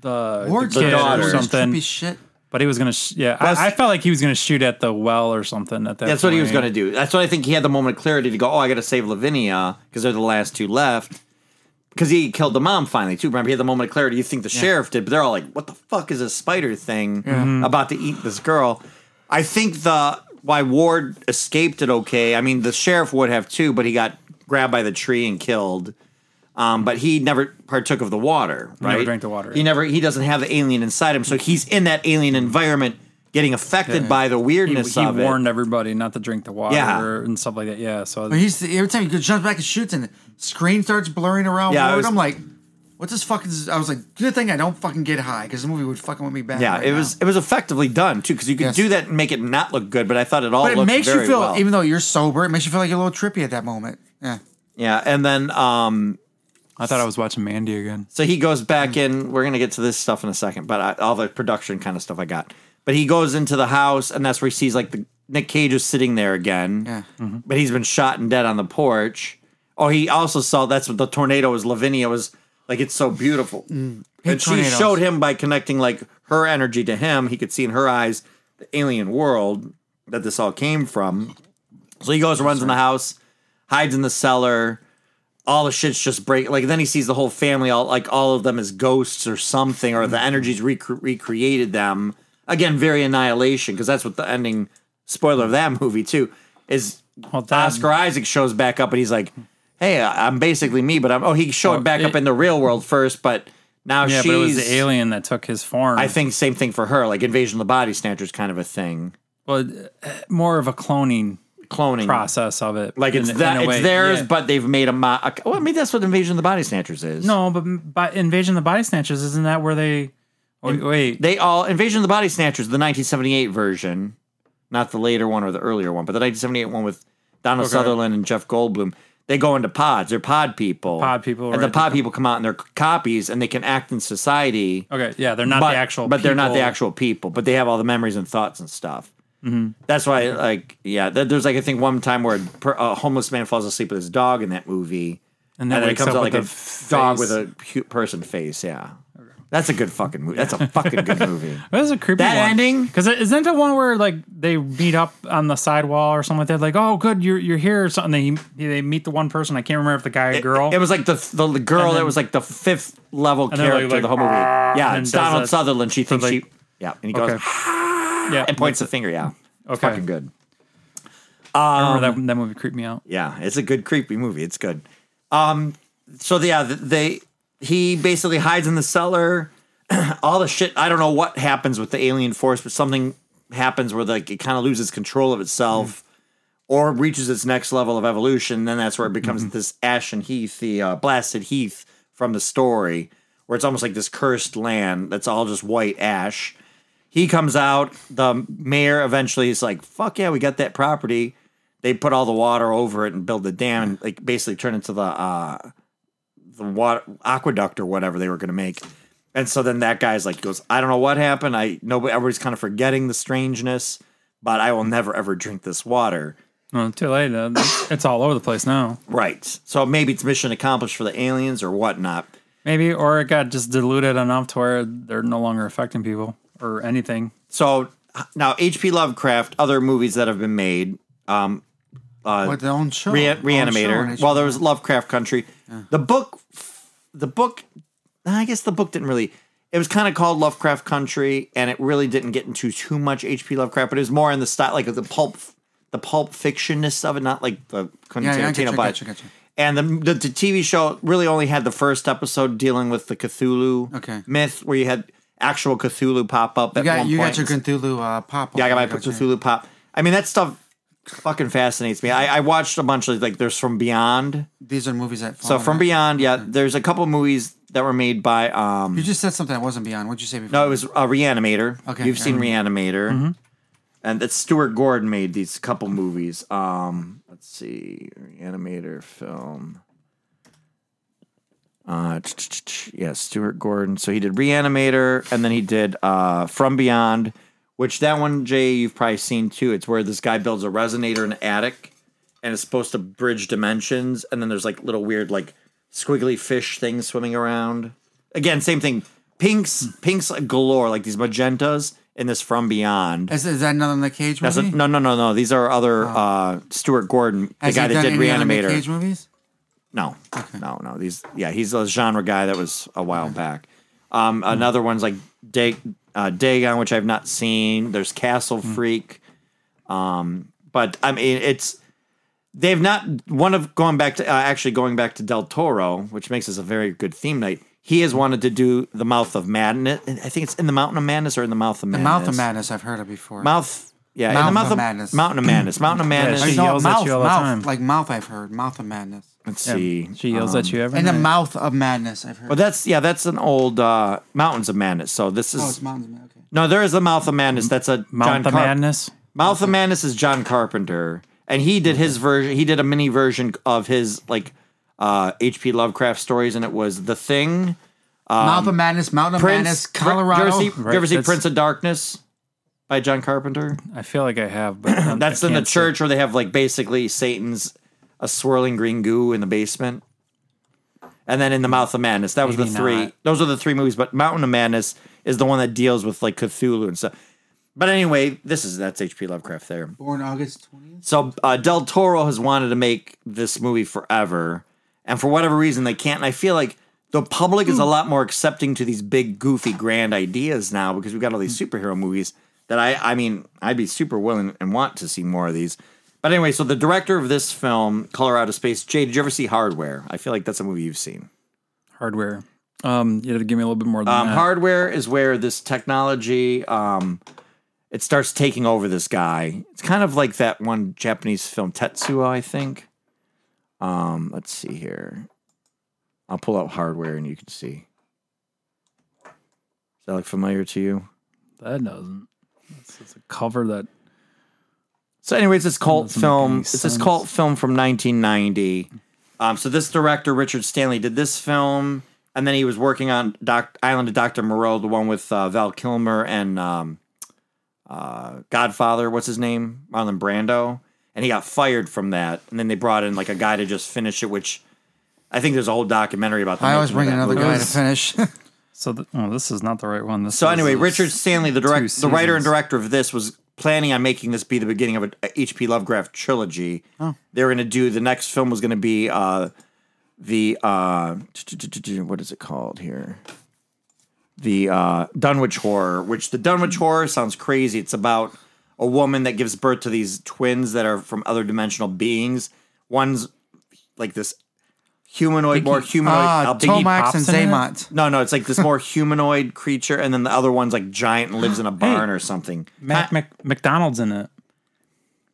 the, Ward's the kid daughter. or Ward's something. Trippy shit. But he was going to. Sh- yeah, That's- I, I felt like he was going to shoot at the well or something. At that. That's what he was point. going to do. That's what I think he had the moment of clarity to go, oh, I got to save Lavinia because they're the last two left. Because he killed the mom finally, too. Remember, he had the moment of clarity. You think the sheriff did, but they're all like, what the fuck is a spider thing Mm-hmm. about to eat this girl? I think the why Ward escaped it okay. I mean, the sheriff would have too, but he got grabbed by the tree and killed. Um, but he never partook of the water, right? never drank the water, He yeah. never. He doesn't have the alien inside him, so he's in that alien environment, getting affected by the He, weirdness he of it. warned everybody not to drink the water Yeah. and stuff like that. Yeah. So But he's every time he jumps back and shoots, and the screen starts blurring around. Yeah, I Yeah, was- I'm like, what's this fucking? I was like, good thing I don't fucking get high because the movie would fucking want me back. Yeah, right it now. was it was effectively done too because you could Yes. do that and make it not look good, but I thought it all But it looked makes you very feel, well. even though you're sober, it makes you feel like you're a little trippy at that moment. Yeah, yeah, and then um, I thought I was watching Mandy again. so he goes Mm. back in. We're gonna get to this stuff in a second, but I, all the production kind of stuff I got. But he goes into the house, and that's where he sees like the Nick Cage is sitting there again. Yeah. Mm-hmm. but he's been shot and dead on the porch. Oh, he also saw that's what the tornado was. Lavinia was like, it's so beautiful, and she tornadoes. showed him by connecting like her energy to him. He could see in her eyes the alien world that this all came from. So he goes, runs in the house, hides in the cellar. All the shit's just break. Like then he sees the whole family, all like all of them as ghosts or something, or the energies recre- recreated them again. Very annihilation because that's what the ending spoiler of that movie too is. Well, that- Oscar Isaac shows back up and he's like, "Hey, I- I'm basically me, but I'm." Oh, he showed Oh, back it- up in the real world first, but now Yeah, she's. but it was the alien that took his form. I think same thing for her, like invasion of the body snatchers kind of a thing, well, more of a cloning cloning process of it. Like it's in- in that a it's way, theirs, yeah. but they've made a mo- a- Well, I mean that's what Invasion of the Body Snatchers is. No, but but Invasion of the Body Snatchers isn't that where they? Wait, wait. they all Invasion of the Body Snatchers, the 1978 version, not the later one or the earlier one, but the 1978 one with Donald Sutherland and Jeff Goldblum. They go into pods. They're pod people. Pod people, and right. the pod people come out in their c- copies, and they can act in society. okay, yeah, they're not but, the actual. but they're not the people. actual people but they have all the memories and thoughts and stuff Mm-hmm. that's why like yeah th- there's like i think one time where a, per- a homeless man falls asleep with his dog in that movie and And then then, it wakes comes up out with like a a dog face. with a hu- person face yeah that's a good fucking movie that's a fucking good movie That was a creepy That one. ending? Because isn't the one where like they meet up on the sidewall or something like that? Like, oh, good, you're you're here or something. They they meet the one person. I can't remember if the guy or girl. it was like the the, the girl that was like the fifth level they're like- character of the like, whole movie yeah and it's does donald that- sutherland she thinks like- she yeah and he goes okay. yeah, and points the finger yeah it's Okay. fucking good Um, I remember that that movie creeped me out. Yeah, it's a good creepy movie. It's good. Um, so yeah, th- they he basically hides in the cellar. All the shit. I don't know what happens with the alien force, but something happens where like it kind of loses control of itself or reaches its next level of evolution. Then that's where it becomes this ashen heath, the uh, blasted heath from the story, where it's almost like this cursed land that's all just white ash He comes out. The mayor eventually is like, "Fuck yeah, we got that property." They put all the water over it and build the dam and like basically turn into the uh, the water aqueduct or whatever they were going to make. And so then that guy's like goes, "I don't know what happened. I nobody everybody's kind of forgetting the strangeness, but I will never ever drink this water." Well, too late. uh, It's all over the place now. Right. So maybe it's mission accomplished for the aliens or whatnot. Maybe, or it got just diluted enough to where they're no longer affecting people or anything. So h- now H.P. Lovecraft, other movies that have been made, um, What their own show, Oh, Re- Own show on Reanimator. HBO. Well, there was Lovecraft Country. The book, the book, I guess the book didn't really. It was kind of called Lovecraft Country, and it really didn't get into too much H.P. Lovecraft, but it was more in the style like the pulp, the pulp fictionness of it, not like the Quentin Yeah, yeah, I Tarantino. gotcha, but- gotcha, gotcha. And the, the the TV show really only had the first episode dealing with the Cthulhu Okay. myth, where you had actual Cthulhu pop up. you got you got your Cthulhu uh, pop. yeah, I got my Cthulhu pop. I mean, that stuff fucking fascinates me. I, I watched a bunch of like there's from Beyond. These are movies that. So from beyond, Beyond, yeah, there's a couple movies that were made by um you just said something that wasn't beyond. What'd you say before? no, it was uh, Reanimator. Okay, You've yeah. seen Mm-hmm. Reanimator. And that Stuart Gordon made these couple movies. Um let's see, Reanimator film. Uh tch, tch, tch, yeah, Stuart Gordon. So he did Reanimator and then he did uh From Beyond, which that one Jay you've probably seen too. It's where this guy builds a resonator in an attic and it's supposed to bridge dimensions and then there's like little weird like squiggly fish things swimming around again same thing pinks pinks galore like these magentas in this from beyond Is, is that another in the cage movie? That's a- no no no no these are other uh stuart gordon the Has guy he that done did any other Nick reanimator Cage movies? no, no, no. These, yeah, he's a genre guy that was a while back. Um, another one's like Dag- uh, Dagon, which I've not seen. There's Castle Hmm. Freak, um, but I mean, it's they've not one of going back to uh, actually going back to Del Toro, which makes this a very good theme night. He Hmm. has wanted to do the Mouth of Madness. I think it's in the Mountain of Madness or in the Mouth of The Madness. Mouth of Madness. I've heard of before. Mouth. Yeah, in the Mouth Mouth of of Madness. Mountain of Madness. Mountain of Madness. I she know, yells at mouth, you all the mouth, time. Like mouth, I've heard. Mouth of Madness. Let's see. um, She yells at you every And the night. mouth of madness. I've heard. But that's yeah, that's an old uh, Mountains of Madness. So this is oh, it's mountains. of Madness, Okay. no, there is the Mouth of Madness. That's a John Mount the Car- Madness. Mouth of Madness is John Carpenter, and he did his version. He did a mini version of his like uh, H.P. Lovecraft stories, and it was The Thing, mouth of madness. Mountain of madness. Pr- Do Colorado. you ever see, do you ever Right, see that's- Prince of Darkness by John Carpenter? I feel like I have, but I'm- That's I in the can't see. church where they have like basically Satan's a swirling green goo in the basement. And then in the Mouth of Madness, that was the Maybe three. not. Those are the three movies, but Mountain of Madness is the one that deals with like Cthulhu and stuff. But anyway, this is that's H.P. Lovecraft there. Born August twentieth. So uh, Del Toro has wanted to make this movie forever, and for whatever reason they can't. And I feel like the public is a lot more accepting to these big, goofy, grand ideas now because we've got all these superhero movies that I, I mean, I'd be super willing and want to see more of these. But anyway, so the director of this film, Colorado Space, Jay, did you ever see Hardware? I feel like that's a movie you've seen. hardware. Um, you had to give me a little bit more than Um, that. Hardware is where this technology, um, it starts taking over this guy. It's kind of like that one Japanese film Tetsuo, I think. Um, let's see here. I'll pull out Hardware and you can see. Does that look familiar to you? That doesn't. It's, it's a cover that So, anyways, this cult Doesn't make any film. It's this sense. cult film from 1990. Um, so this director Richard Stanley did this film, and then he was working on Doc, Island of Doctor Moreau, the one with uh, Val Kilmer and um, uh, Godfather. What's his name? Marlon Brando. And he got fired from that, and then they brought in like a guy to just finish it, which I think there's a whole documentary about. the I always making of bring that another movie. guy to finish. So, th- oh, this is not the right one. This So is- anyway, is- Richard Stanley, the direct, the writer and seasons. director of this, was planning on making this be the beginning of a H.P. Lovecraft trilogy. Oh. They were going to do the next film was going to be uh, the uh, what is it called here? The uh, Dunwich Horror, which the Dunwich Horror sounds crazy. It's about a woman that gives birth to these twins that are from other dimensional beings. One's like this humanoid, more humanoid. Ah, I'll think he Tomax and pops in it? Zaymont. no, no, it's like this more humanoid creature, and then the other one's like giant and lives in a barn or something. Mac Mac- McDonald's in it.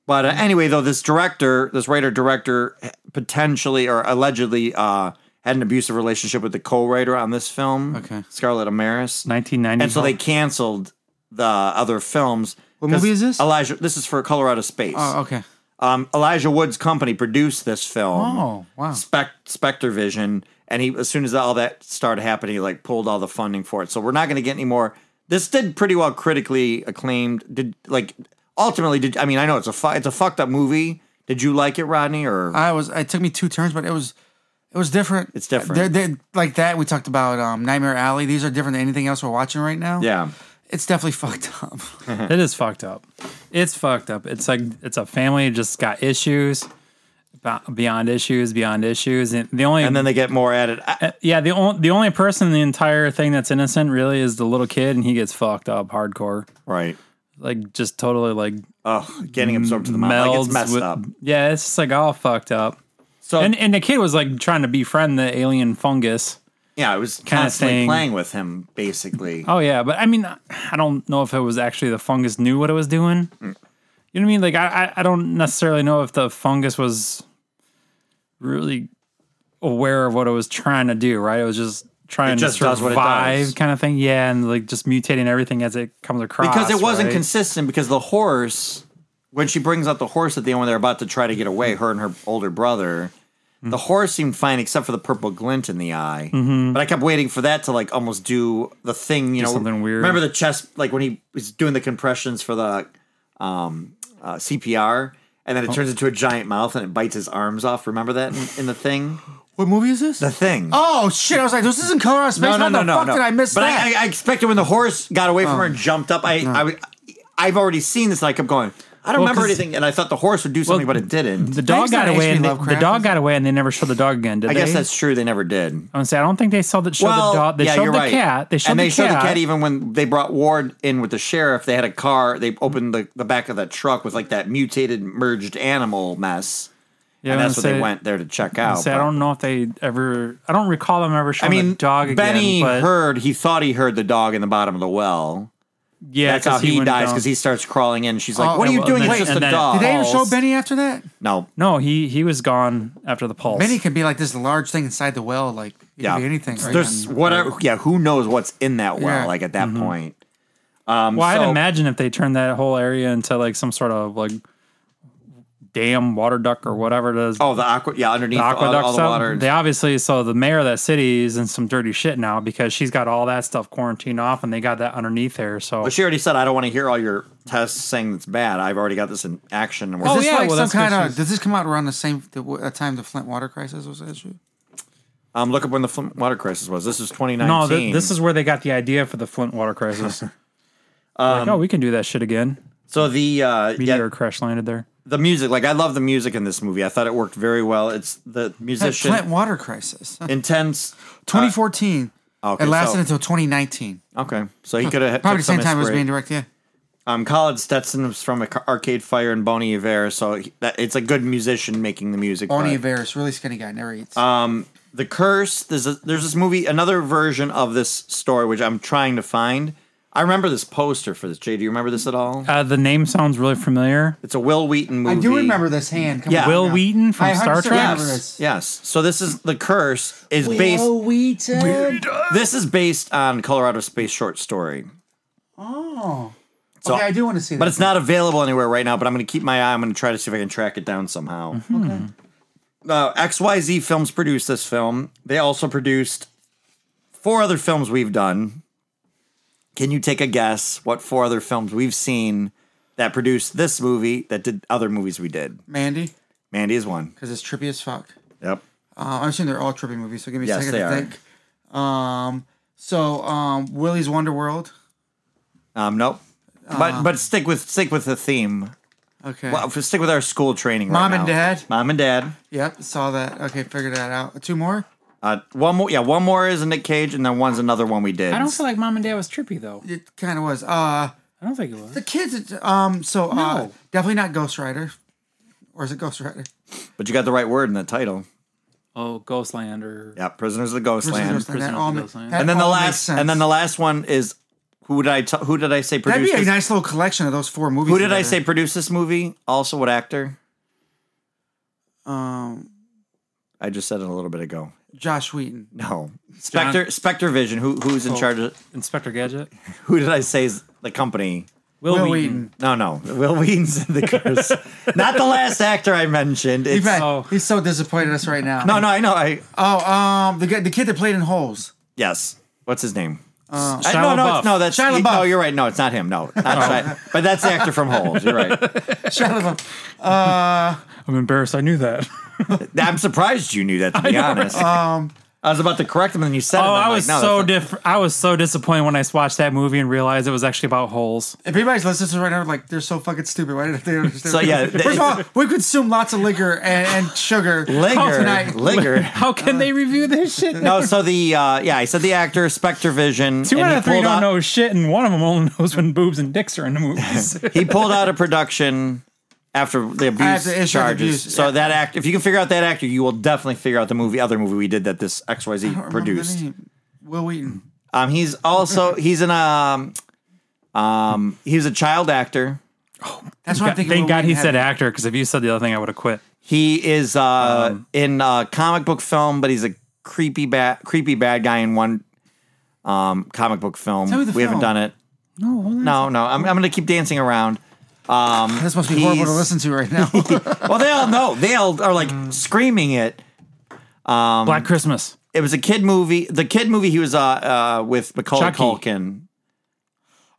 But uh, anyway, though, this director, this writer director, eh, potentially or allegedly uh, had an abusive relationship with the co-writer on this film, Okay. Scarlett Amaris, 1990. and so they canceled the other films. What movie is this? Elijah. This is for Colorado Space. Oh, okay. um, Elijah Wood's company produced this film. Oh, wow. Spec- Spectre Vision, and he as soon as all that started happening, he like pulled all the funding for it. So we're not going to get any more. This did pretty well critically acclaimed. Did like ultimately did I mean I know it's a fu- it's a fucked up movie. Did you like it, Rodney? Or Uh, I was. It took me two turns, but it was, it was different. It's different. They're, they're- like that, we talked about um, Nightmare Alley. These are different than anything else we're watching right now. yeah, it's definitely fucked up. it is fucked up. It's fucked up. It's like it's a family just got issues, bo- beyond issues, beyond issues, and the only and then they get more at it. I, yeah the only the only person in the entire thing that's innocent really is the little kid, and he gets fucked up hardcore, right. like just totally like Oh, getting absorbed to the mouth. Like melds it's messed with up. yeah, it's just like all fucked up. So And and the kid was like trying to befriend the alien fungus. yeah, I was kinda constantly thing. playing with him basically. Oh yeah, but I mean, I don't know if it was actually the fungus knew what it was doing. Hmm. You know what I mean? Like I, I, I don't necessarily know if the fungus was really aware of what it was trying to do. Right? It was just trying It just to does what it does. survive, kind of thing. Yeah, and like just mutating everything as it comes across. because it wasn't right? consistent because the horse when she brings out the horse at the end when they're about to try to get away her and her older brother the horse seemed fine except for the purple glint in the eye but i kept waiting for that to like almost do the thing you know something weird. remember the chest like when he was doing the compressions for the um, uh, cpr and then it turns into a giant mouth and it bites his arms off remember that in, in the thing what movie is this? the thing oh shit! I was like, this isn't Colorado Space. How the fuck did I miss but that? I, I expected when the horse got away from her Oh. and jumped up, I, I, have already seen this, and I kept going. I don't Well, remember 'cause- anything, and I thought the horse would do something, Well, but it didn't. The Thanks dog to got away, H.P. and they, the Lovecraft. dog got away, and they never showed the dog again. Did I guess they? that's true. They never did. I'm saying I don't think they saw that. Showed well, the dog. They yeah, showed you're the right. cat. They showed and the they cat. showed the cat even when they brought Ward in with the sheriff. They had a car. They opened the, the back of that truck with like that mutated, merged animal mess, Yeah, and I'm that's what gonna they say- went there to check I out. say I but- don't know if they ever. I don't recall them ever I showing mean, the dog again. Benny but heard. He thought he heard the dog in the bottom of the well. yeah, That's how 'cause he, went dies down. because he starts crawling in. She's like, Oh, "What are yeah, you well, doing? and It's then- just a and then- dog." did they ever show Balls. Benny after that? No. No, he he was gone after the pulse. Benny can be like this large thing inside the well, like it Yeah. could be anything. Right? There's whatever. Yeah. Who knows what's in that well? Yeah. Like at Mm-hmm. that point. well, I'd so- imagine if they turned that whole area into like some sort of like dam, water duct, or whatever it is. Oh, the aqua. Yeah, underneath the all- all, aqueduct the stuff. water. They obviously so the mayor of that city is in some dirty shit now because she's got all that stuff quarantined off, and they got that underneath there. So But she already said, "I don't want to hear all your tests saying it's bad. I've already got this in action." And we're Is Oh, this yeah, like well, some that's 'cause kind of she's- does this come out around the same the, w- uh, time the Flint water crisis was an issue? um, look up when the Flint water crisis was. This is 2019. no, th- this is where they got the idea for the Flint water crisis. like, oh, we can do that shit again. so the uh, Meteor Um, yeah, crash landed there. the music. Like I love the music in this movie. I thought it worked very well. It's the That musician Flint water crisis, intense. 2014. Uh, okay, it lasted so- until 2019. Okay, so he could have Probably the same time it was being directed. Yeah. Um, Khaled Stetson was from Arc- Arcade Fire and Bonnie Iver, so he, that, it's a good musician making the music. Bonnie but- Averis, really skinny guy, never eats. The Curse. There's a, there's this movie, another version of this story, which I'm trying to find. I remember this poster for this. Jay, do you remember this at all? Uh, the name sounds really familiar. It's a Will Wheaton I movie. do remember this hand. Come Yeah. on Will now. Wheaton from I Star 100% Trek. remember Yes, this. yes. So this is the curse is based. Wheaton. This is based on Colorado Space short story, Oh. So- okay, I do want to see that. but it's not available anywhere right now. But I'm going to keep my eye. I'm going to try to see if I can track it down somehow. Uh, XYZ Films produced this film. They also produced four other films we've done. Can you take a guess what four other films we've seen that produced this movie that did other movies we did? Mandy Mandy is one. because it's trippy as fuck. Yep. Uh, I'm assuming they're all trippy movies, so give me a Yes, second they to are. think. Um, so um, Willy's Wonder World. Um, nope. Ah. But but stick with stick with the theme. Okay. Well, stick with our school training. right Mom and now. Dad? Mom and dad. Yep, saw that. Okay, figured that out. Two more. Uh, one more. Yeah, one more is a Nick Cage, and then one's another one we did. I don't feel like mom and dad was trippy though. It kind of was. Uh, I don't think it was. the kids. Um, so uh, No. definitely not Ghost Rider, or is it Ghost Rider? But you got the right word in the title. Oh, Ghostland or Yeah, Prisoners of the Ghost Versus Land. Ghost Rider. That Prisoners all of ma- Ghostland. that and then the all makes last, sense. and then the last one is who did I t- who did I say That'd produced? be a This? nice little collection of those four movies. who did I say together. produced this movie? Also, what actor? Um, I just said it a little bit ago. Josh Wheaton. No, Spectre Spectre Vision. Who who's Oh. in charge of? Inspector Gadget. Who did I say is the company? Will, Will Wheaton. Wheaton. No, no, Will Wheaton's in the curse. Not the last actor I mentioned. It's, He's, mad. Oh. he's so disappointed us right now. no, no, I know. I Oh, um, the guy- the kid that played in Holes. yes. What's his name? I- Shia no, no, LaBeouf. it's- no, that's Uh, Shia he- no. LaBeouf. Oh. You're right. No, it's not him. No, not Shia, but that's the actor from Holes. You're right. Shia LaBeouf. I'm embarrassed. I knew that. I'm surprised you knew that. To be honest, um, I was about to correct him, and then you said. it, Oh, and I'm I like, was no, so that's not- diff- I was so disappointed when I watched that movie and realized it was actually about holes. If anybody's listening to this right now, like they're so fucking stupid. Why didn't they understand? So, yeah, first of all, we consume lots of liquor and, and sugar Ligger, tonight. Ligger. How can they review this shit? Uh, No, so the uh, yeah, I said the actor Spectre Vision. Two and out he of three pulled don't out- know shit, and one of them only knows when boobs and dicks are in the movies. he pulled out a production after the abuse After the issue of charges. abuse, So yeah. that act, if you can figure out that actor, you will definitely figure out the movie, other movie we did that this X Y Z I don't remember the produced. name. Will Wheaton. Um, he's also he's in um, um, he's a child actor. That's what I'm thinking. Thank Will God he Wheaton said had. actor, because if you said the other thing, I would have quit. He is uh Um. in a comic book film, but he's a creepy bad creepy bad guy in one um comic book film. Tell me the we haven't film. done it. Oh, No, no, no. I'm I'm gonna keep dancing around. Um, This must be horrible to he's- listen to right now. Well, they all know. They all are Mm. like screaming it. Um, Black Christmas. It was a kid movie. The kid movie he was uh, uh with Macaulay Chucky. Culkin.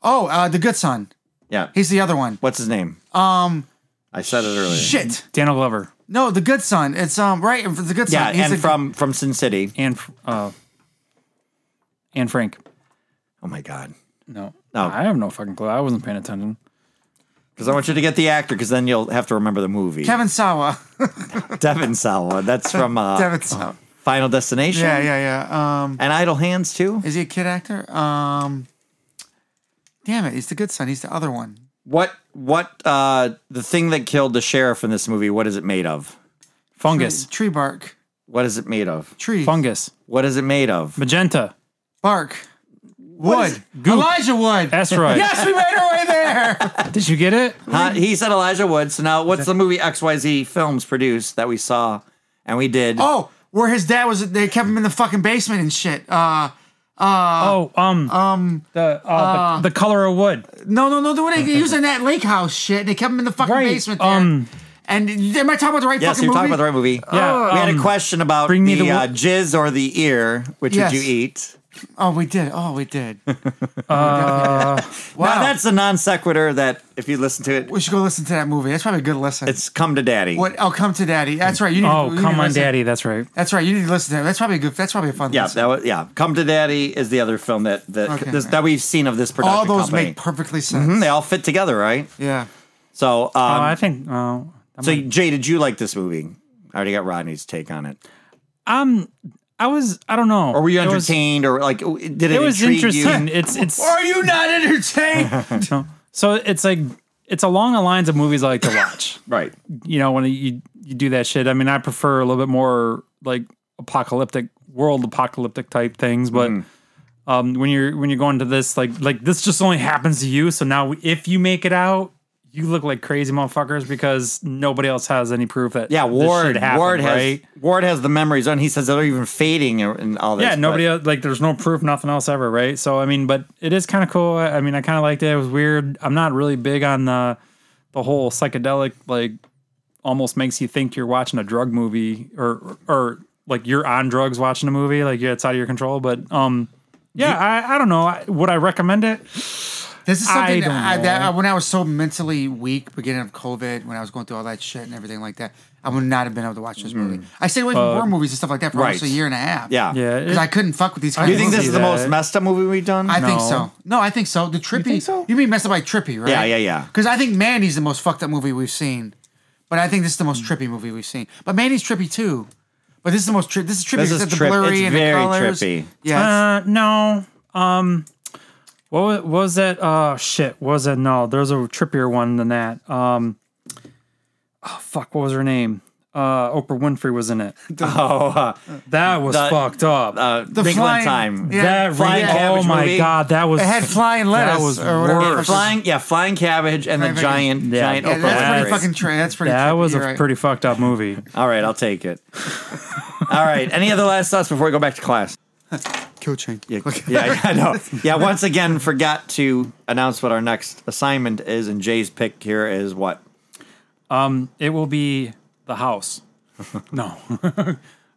oh, uh, the good son. Yeah. He's the other one. What's his name? Um, I said it earlier. Shit. Daniel Glover No, the good son. It's um right and the good Yeah, son. He's and the- from from Sin City. and uh, and Frank. Oh my god. Oh, No, No. I have no fucking clue. I wasn't paying attention. Because I want you to get the actor, because then you'll have to remember the movie. Kevin Sawa. Devin Sawa. That's from uh, Devin Sawa. Final Destination. Yeah, yeah, yeah. Um, And Idle Hands too. is he a kid actor? Um, damn it, he's the good son. He's the other one. What what uh the thing that killed the sheriff in this movie? What is it made of? Fungus, Tree bark. What is it made of? Tree fungus, What is it made of? magenta, bark. Wood. Elijah Wood. asteroid. Yes, we made our way there. Did you get it? Huh? He said Elijah Wood. So now, what's the movie XYZ Films produced that we saw and we did? Oh, where his dad was, they kept him in the fucking basement and shit. Uh, oh, um, um, the, uh, the the color of wood. no, no, no, they were using that lake house shit. They kept him in the fucking Right, basement there. um, and am I talking about the right yes, fucking you're movie? talking about the right movie. Yeah, we had a um, question about Bring the, Me the Wo- uh, jizz or the ear. Which Yes. would you eat? Oh, we did. Oh, we did. wow, Uh, Now, that's a non sequitur that if you listen to it, we should go listen to that movie. That's probably a good listen. it's come to daddy. what? Oh, come to daddy. That's right. You need. Oh, you need come to on, listen. daddy. That's right. That's right. You need to listen to that. That's probably a good. That's probably a fun. Yeah, listen. that was yeah. Come to daddy is the other film that that Okay. this, that we've seen of this production. all those company. Mm-hmm. make perfectly sense. they all fit together, right? Yeah. So, um, Oh, I think. Oh, so Jay, did you like this movie? I already got Rodney's take on it. um, I was. I don't know. Or were you It was- entertained, or like did it, It was intrigue interesting. You? It's it's Are you not entertained? so, so it's like it's along the lines of movies I like to watch. Right. you know when you you do that shit. I mean, I prefer a little bit more like apocalyptic world apocalyptic type things, but Mm. um, when you're when you're going to this like like this just only happens to you. So now if you make it out, you look like crazy motherfuckers because nobody else has any proof that Yeah, this Ward. shit happened, Ward has right? Ward has the memories on. He says they're even fading or- and all this. Yeah, nobody but- else, like there's no proof, nothing else ever, right? So I mean, but it is kind of cool. I, I mean, I kind of liked it. It was weird. I'm not really big on the the whole psychedelic like almost makes you think you're watching a drug movie or or like you're on drugs watching a movie, like yeah, it's out of your control. But um, yeah, I, I don't know. I, would I recommend it? This is I something don't I, that know. I, when I was so mentally weak, beginning of COVID, when I was going through all that shit and everything like that, I would not have been able to watch this movie. I stayed away from horror movies and stuff like that for almost Mm-hmm. a right. year and a half. Yeah. Yeah, because it- I couldn't fuck with these. Kind Do of you think this movies. is the that. most messed up movie we've done? I think No. so. No, I think so. The trippy. You, so? mean messed up by trippy, right? Yeah, yeah, yeah. Because I think Mandy's the most fucked up movie we've seen, but I think this is the Mm. most trippy movie we've seen. But Mandy's trippy too. But this is the most trippy. This is trippy. This because is of the trip- blurry it's and very the colors. trippy. Yeah. Uh, no. Um, what was, what was that? Uh, shit. What was that? No, there's a trippier one than that. Um, oh, fuck. What was her name? Uh, Oprah Winfrey was in it. Oh, uh, That was The- fucked up. uh, Big flying- Time. yeah. that Flying re- Oh Cabbage my movie. god, that was It had flying lettuce. was or whatever the worse. fuck it- Flying, yeah, flying cabbage and the Flying- giant, Yeah. giant. Yeah, Yeah, Oprah that's Winfrey. pretty fucking. Tra- that's pretty. that trippy, was a you're right. pretty fucked up movie. All right, I'll take it. All right. Any other last thoughts before we go back to class? Kill chain. Yeah, yeah, I know. Yeah, once again, forgot to announce what our next assignment is, and Jay's pick here is what? It will be the house. no.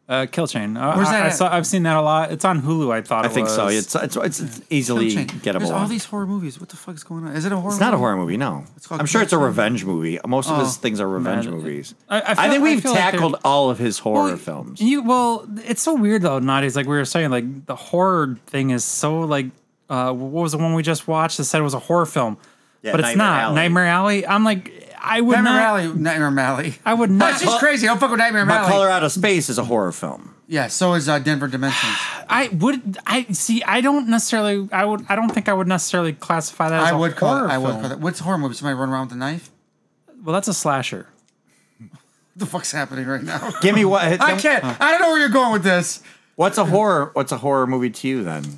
uh, Kill Chain. Uh, Where's I- that I, at? saw, I've seen that a lot. It's on Hulu, I thought I it think so. was. It's it's, it's, it's easily gettable. There's all these horror movies. What the fuck is going on? Is it a horror? It's not a horror movie, no. called I'm sure it's a Kill Chain. revenge movie. Most of his Oh. things are revenge Man, it- movies. I- I, I feel- think I we've feel like they're- tackled all of his horror Well, films. You well, it's so weird though nowadays. Like we were saying, like the horror thing is so like uh, what was the one we just watched that said it was a horror film, Yeah, but it's Nightmare not Alley. Nightmare Alley. I'm like, I would Nightmare not. Alley. Nightmare Alley. I would That's not. just crazy. Don't fuck with Nightmare But Alley. Color Out of Space is a horror film. Yeah. So is uh, Denver Dimensions. I would. I see. I don't necessarily. I would. I don't think I would necessarily classify that. As I a would call. horror It, I would film. call that. What's a horror movie? Somebody run around with a knife. Well, that's a slasher. What the fuck's happening right now? Give me what? I can't. Uh. I don't know where you're going with this. What's a horror? What's a horror movie to you then?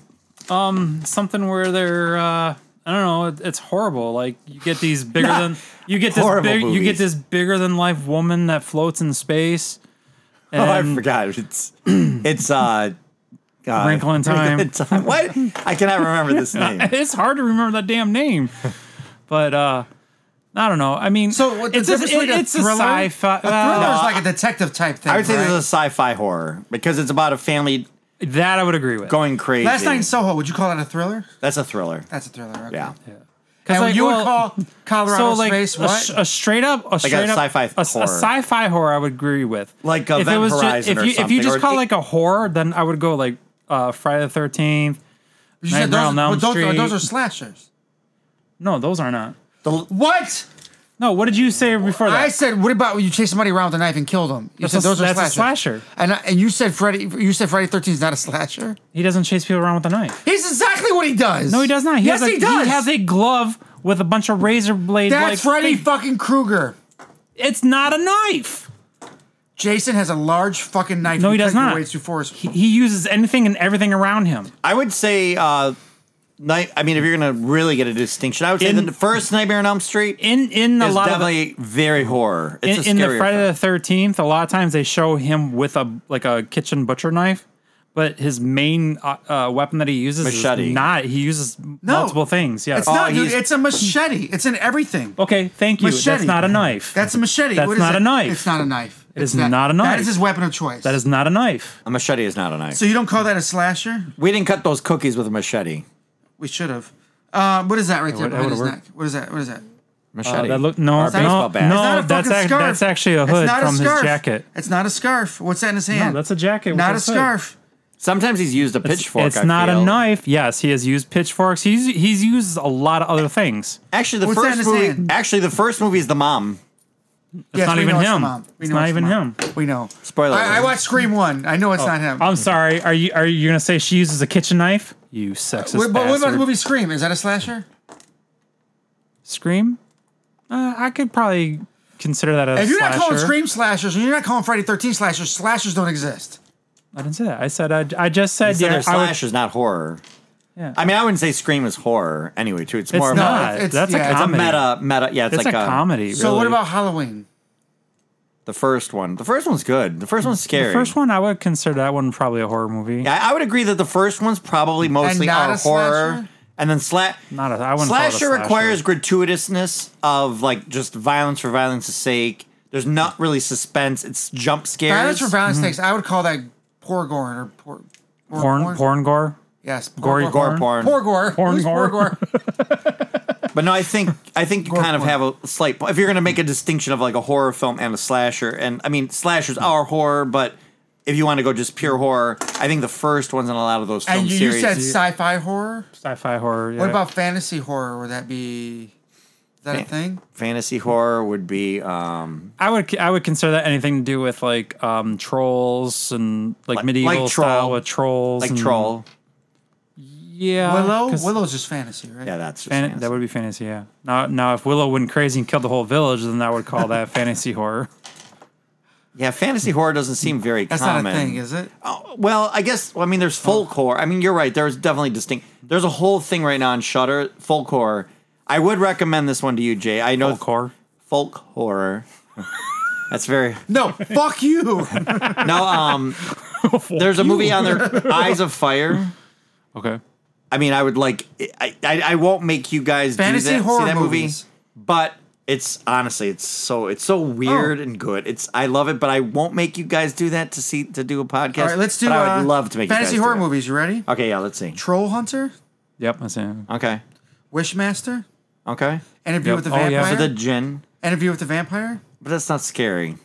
something where they're uh I don't know, it- it's horrible. Like you get these bigger than you get this Horrible big, you movies. get this bigger than life woman that floats in space. And Oh, I forgot. It's it's uh, God. Wrinkle in Time. Wrinkle in Time. What? I cannot remember this name. it's hard to remember that damn name. but uh I don't know. I mean, So what, the it's a, difference between it- a it's a thriller? sci-fi. A thriller uh, is like a detective type thing. I would say right? this is a sci-fi horror because it's about a family that I would agree with. going crazy. Last Night in Soho. Would you call that a thriller? That's a thriller. That's a thriller. Okay. Yeah. And like, you would well, call Colorado so like Space a, what? s- a straight up, a straight up sci-fi a, s- a horror. sci-fi horror. I would agree with. Like Event ju- Horizon if or you if you something, just or- call like a horror, then I would go like uh, Friday the Thirteenth. you said Nightmare those, on Elm but those, are- Street. those are slashers. No, those are not. The, What? No, what did you say before that? I said, what about when you chase somebody around with a knife and kill them? You That's said a- those are that's a slashers. slasher. And, I, and you said Freddy. You said Friday Thirteen is not a slasher. he doesn't chase people around with a knife. He's exactly what he does. No, he does not. He yes, has a, he does. He has a glove with a bunch of razor blades. That's like, Freddy thing. fucking Krueger. It's not a knife. Jason has a large fucking knife. No, he You does cut your not. Way too far. He, He uses anything and everything around him. I would say uh, night. I mean, if you're gonna really get a distinction, I would say In- the first Nightmare on Elm Street In in a is lot of definitely very horror. It's in, a in the scarier Friday film. the Thirteenth, a lot of times they show him with a like a kitchen butcher knife, but his main uh, uh, weapon that he uses Machete. is not. He uses multiple things. Yeah. Oh, It's not, dude. he's- It's a machete. It's in everything. okay. Thank you. That's Machete. not a knife. That's a machete. That's What is not it? a knife. It's not a knife. It is It's not a That knife. is his weapon of choice. that is not a knife. A machete is not a knife. So you don't call that a slasher? we didn't cut those cookies with a Oh, machete. We should have. Uh, what is that right there would- that behind his would've neck? What is that? What is that? Machete. that look- no, Or a that- baseball no, bat. no. It's not a that's fucking ac- scarf. that's actually a It's hood not a from his scarf. jacket. It's not a scarf. What's that in his hand? that's a jacket with Not a his hood. scarf. Sometimes he's used a pitchfork. it's I not feel. a knife. Yes, he has used pitchforks. He's he's used a lot of other things. Actually, the What's that in first his movie. hand? Actually, the first movie is the mom. It's not we even know the him. mom. We It's know not the even mom. him. Oh, We know. Spoiler I, I alert. watched Scream One. I know it's not him. I'm sorry. Are you are you gonna say she uses a kitchen knife? You sexist. Wait, but what about bastard. the movie Scream? Is that a slasher? Scream? Uh, I could probably consider that a If you're slasher. not calling Scream slashers and you're not calling Friday 13 slashers, slashers don't exist. I didn't say that. I said I, I just said, So yeah. they're I would- slash is not horror. Yeah. I mean, I wouldn't say Scream is horror anyway. Too, it's more of not. a, Uh, it's, that's a yeah, it's it's a comedy. meta meta. Yeah, it's, it's like a, comedy. Really. So what about Halloween? the first one. The first one's good. The first one's scary. the first one? I would consider that one probably a horror movie. Yeah, I would agree that the first one's probably mostly not are a horror. slasher? And then sla- Not a- I wouldn't call it a slasher slasher. requires gratuitousness of like just violence for violence's sake. There's not really suspense. It's jump scares. Violence for violence takes. I would call that poor gore or poor Mm-hmm. porn, porn gore. Yes, poor Gory gore. gore porn. Poor gore. Porn Who's poor gore? gore? But no, I think I think you Gore kind of porn. Mm. have a slight. If you're going to make a distinction of like a horror film and a slasher, and I mean slashers are horror, but if you want to go just pure horror, I think the first one's in a lot of those film And you, you series. said sci-fi horror. Sci-fi horror. Yeah. What about fantasy horror? Would that be? Is that a thing? Fantasy horror would be um, I would I would consider that anything to do with like um, trolls and like, Like- medieval like style troll. with trolls, like and- Troll. Yeah, Willow. 'cause Willow's just fantasy, right? Uh, Yeah, that's just fan- fantasy. that would be fantasy. Yeah. Now now if Willow went crazy and killed the whole village, then I would call that fantasy horror. yeah. Fantasy horror doesn't seem very Mm. That's common. Oh. not a thing, is it? Oh. Well, I guess well, I mean there's folk horror. I mean you're right. There's definitely distinct. There's a whole thing right now on Shutter folk horror. I would recommend this one to you, Jay. I know Folk horror. folk horror. That's very No, fuck you. no. Um, there's a movie on there, Eyes of Fire. Okay. I mean, I would like. I I, I won't make you guys Fantasy do that, horror see that movies. movie, but it's honestly, it's so it's so Oh. weird and good. It's I love it, but I won't make you guys do that to see to do a podcast. All right, let's do. But I would uh, love to make fantasy you guys do horror it. movies. You ready? Okay, yeah, let's see. Troll Hunter, Yep. I see. it. Okay, Wishmaster, okay. Interview Yep. with the Oh, Vampire, yeah. The Jinn, Interview with the Vampire, but that's not scary.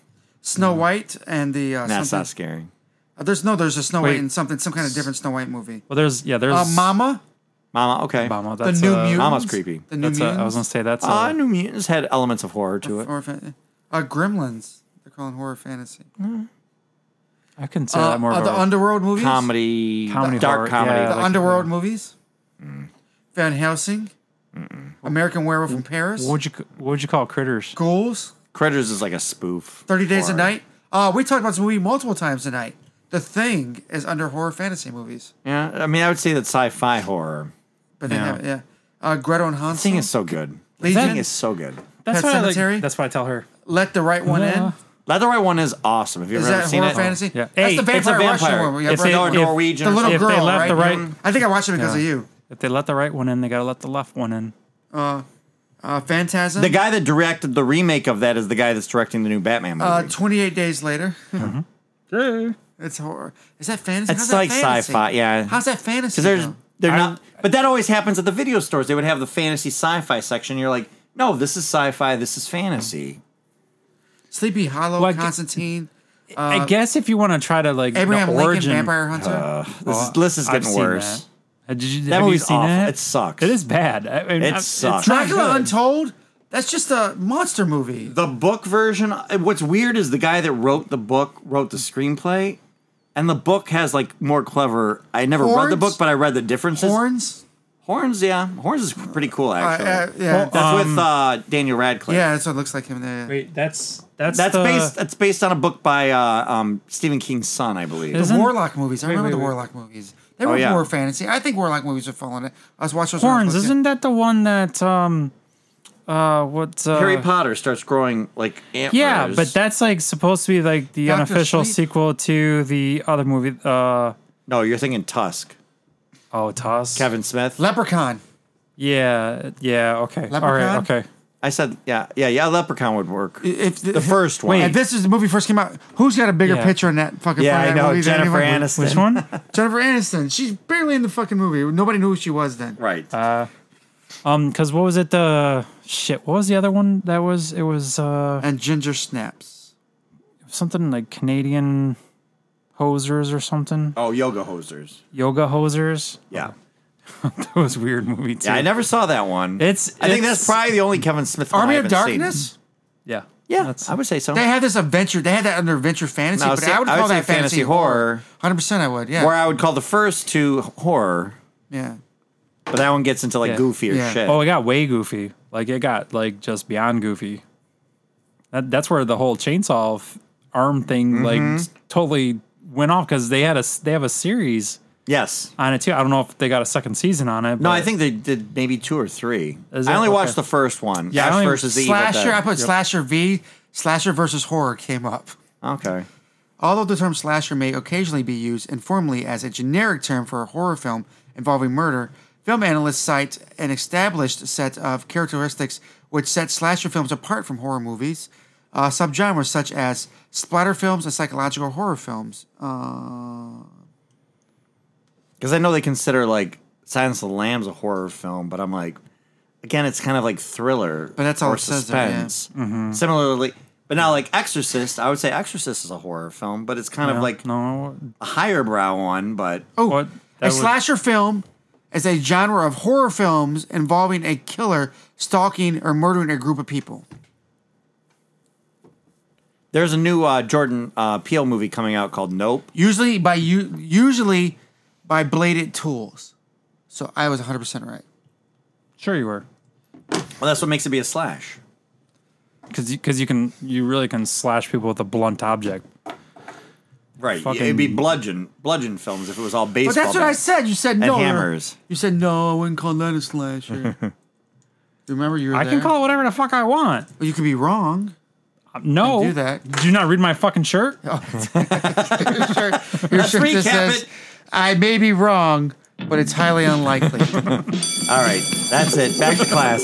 Snow White, and the uh, That's Mm. not something. scary. uh, there's no, there's a Snow White Wait. and something, some kind of different Snow White movie. Well, there's yeah, there's Uh, Mama, Mama, okay. Obama. the That's New a, Mutants. uh, Mama's creepy. The New That's a, Mutants. I was gonna say that's a, Uh, New Mutants had elements of horror to it. Horror fan- uh, Gremlins. They're calling horror fantasy. I consider Uh, that more uh, of the a, Underworld movies. Comedy, Comedy dark horror, comedy. yeah. The like- Underworld movies. Van Helsing. American Werewolf in Paris. what would you what would you call critters? Ghouls. Critters is like a spoof. 30 Days horror. a Night. Uh, we talked about this movie multiple times tonight. The Thing is under horror fantasy movies. Yeah, I mean, I would say that sci-fi horror. But they Yeah. have, yeah. Uh, Greta and Hansel. Thing is so good. Legion? Thing is so good. That's Pet why I like, Sematary? That's why I tell her. Let the Right One Yeah. In. Leather Right One is awesome. Have you Is ever that seen horror it? fantasy? Yeah. That's Hey, the it's It's vampire, a vampire. Russian one. Yeah, it's right. a Brandon- Norwegian. the or little if they girl, left right? the right- I think I watched it because of you. If they let the right one in, they gotta let the left one in. Uh, Phantasm. The guy that directed the remake of that is the guy that's directing the new Batman movie. uh, 28 Days Later. It's horror. Is that fantasy? It's How's that like fantasy? sci-fi, yeah. How's that fantasy? Because there's though? they're I- not, but that always happens at the video stores. They would have the fantasy sci-fi section. You're like, no, this is sci-fi. This is fantasy. Sleepy Hollow, Well, I gu- Constantine, I guess if you want to try to like Uh, Abraham the Lincoln, origin, Vampire Hunter. This is, this is I've getting seen worse. That, Uh, did you, That have you movie's seen awful. it? It sucks. It is bad. I mean, I- sucks. It's not Dracula good. Untold. That's just a monster movie. The book version. What's weird is the guy that wrote the book wrote the screenplay, and the book has like more clever. I never read the Horns? book, but I read the differences. Horns. Horns, yeah, horns is pretty cool Uh, actually. uh, yeah, Well, that's with Um, uh, Daniel Radcliffe. yeah. That's what it looks like him there. Wait, that's that's That's the, based. That's based on a book by uh, um, Stephen King's son, I believe. Is- The Isn't- Warlock movies. I remember wait, the wait. Warlock movies. They were Oh, yeah. more fantasy. I think Warlock movies are falling. in. I was watching those when I was Horns, a kid. isn't that the one that um uh what uh, Harry Potter starts growing like antlers. Yeah, but that's like supposed to be like the Doctor unofficial Sleep. sequel to the other movie uh no, you're thinking Tusk. oh Toss. Kevin Smith. Leprechaun? Yeah, yeah, okay. All right, Leprechaun? okay. I said, yeah, yeah, yeah. Leprechaun would work. If The first one. If Uh, this is the movie first came out, who's got a bigger Yeah. picture in that fucking? yeah, front I of that know movie than Jennifer anyone? Aniston. Which one? Jennifer Aniston. She's barely in the fucking movie. Nobody knew who she was then. Right. um cuz what was it the shit, what was the other one that was it was uh And Ginger Snaps. something like Canadian hosers or something. oh, yoga hosers. Yoga hosers. Yeah. That was a weird movie too. Yeah, I never saw that one. It's- I think it's- that's probably the only Kevin Smith. one I Army of haven't seen. Darkness. Yeah. Yeah, That's- I would say so. They had this adventure. They had that under adventure fantasy, No, but see, I would I call would say that fantasy, fantasy horror. horror. Hundred percent, I would. Yeah. Where I would call the first two horror, yeah. but that one gets into like Yeah. goofier Yeah. shit. Oh, it got way goofy. Like it got like just beyond goofy. That that's where the whole chainsaw f- arm thing like Mm-hmm. s- totally went off because they had a s- they have a series yes. on it too. I don't know if they got a second season on it. No, but I think they did maybe two or three. Is I it? only Okay. watched the first one. Yeah, I Ash only- versus the Evil Slasher. Dead. I put slasher v slasher versus horror came up. okay. Although the term slasher may occasionally be used informally as a generic term for a horror film involving murder, film analysts cite an established set of characteristics which set slasher films apart from horror movies, uh, subgenres such as splatter films and psychological horror films. Uh, Because I know they consider like Silence of the Lambs a horror film, but I'm like, again, it's kind of like thriller, But that's all or it says there, yeah. Mm-hmm. suspense. Similarly, but now like Exorcist, I would say Exorcist is a horror film, but it's kind Yeah, of like no. a higher brow one. But oh, What? a That was- slasher film is a genre of horror films involving a killer stalking or murdering a group of people. there's a new uh, Jordan uh, Peele movie coming out called Nope. usually by u- usually by bladed tools. So I was 100% right. Sure, you were Well, that's what makes it be a slash. because because you, can you really can slash people with a blunt object. Right, Fucking- it'd be bludgeon bludgeon films if it was all baseball. But that's what I bats. said. You said no. hammers. You said no. I wouldn't call that a slasher. Remember, you were I there. can call it whatever the fuck I want. Well, You could be wrong. No, do that. Did you not read my fucking shirt? Your shirt, your shirt just recap says, it. I may be wrong, but it's highly unlikely. All right, that's it. Back to class.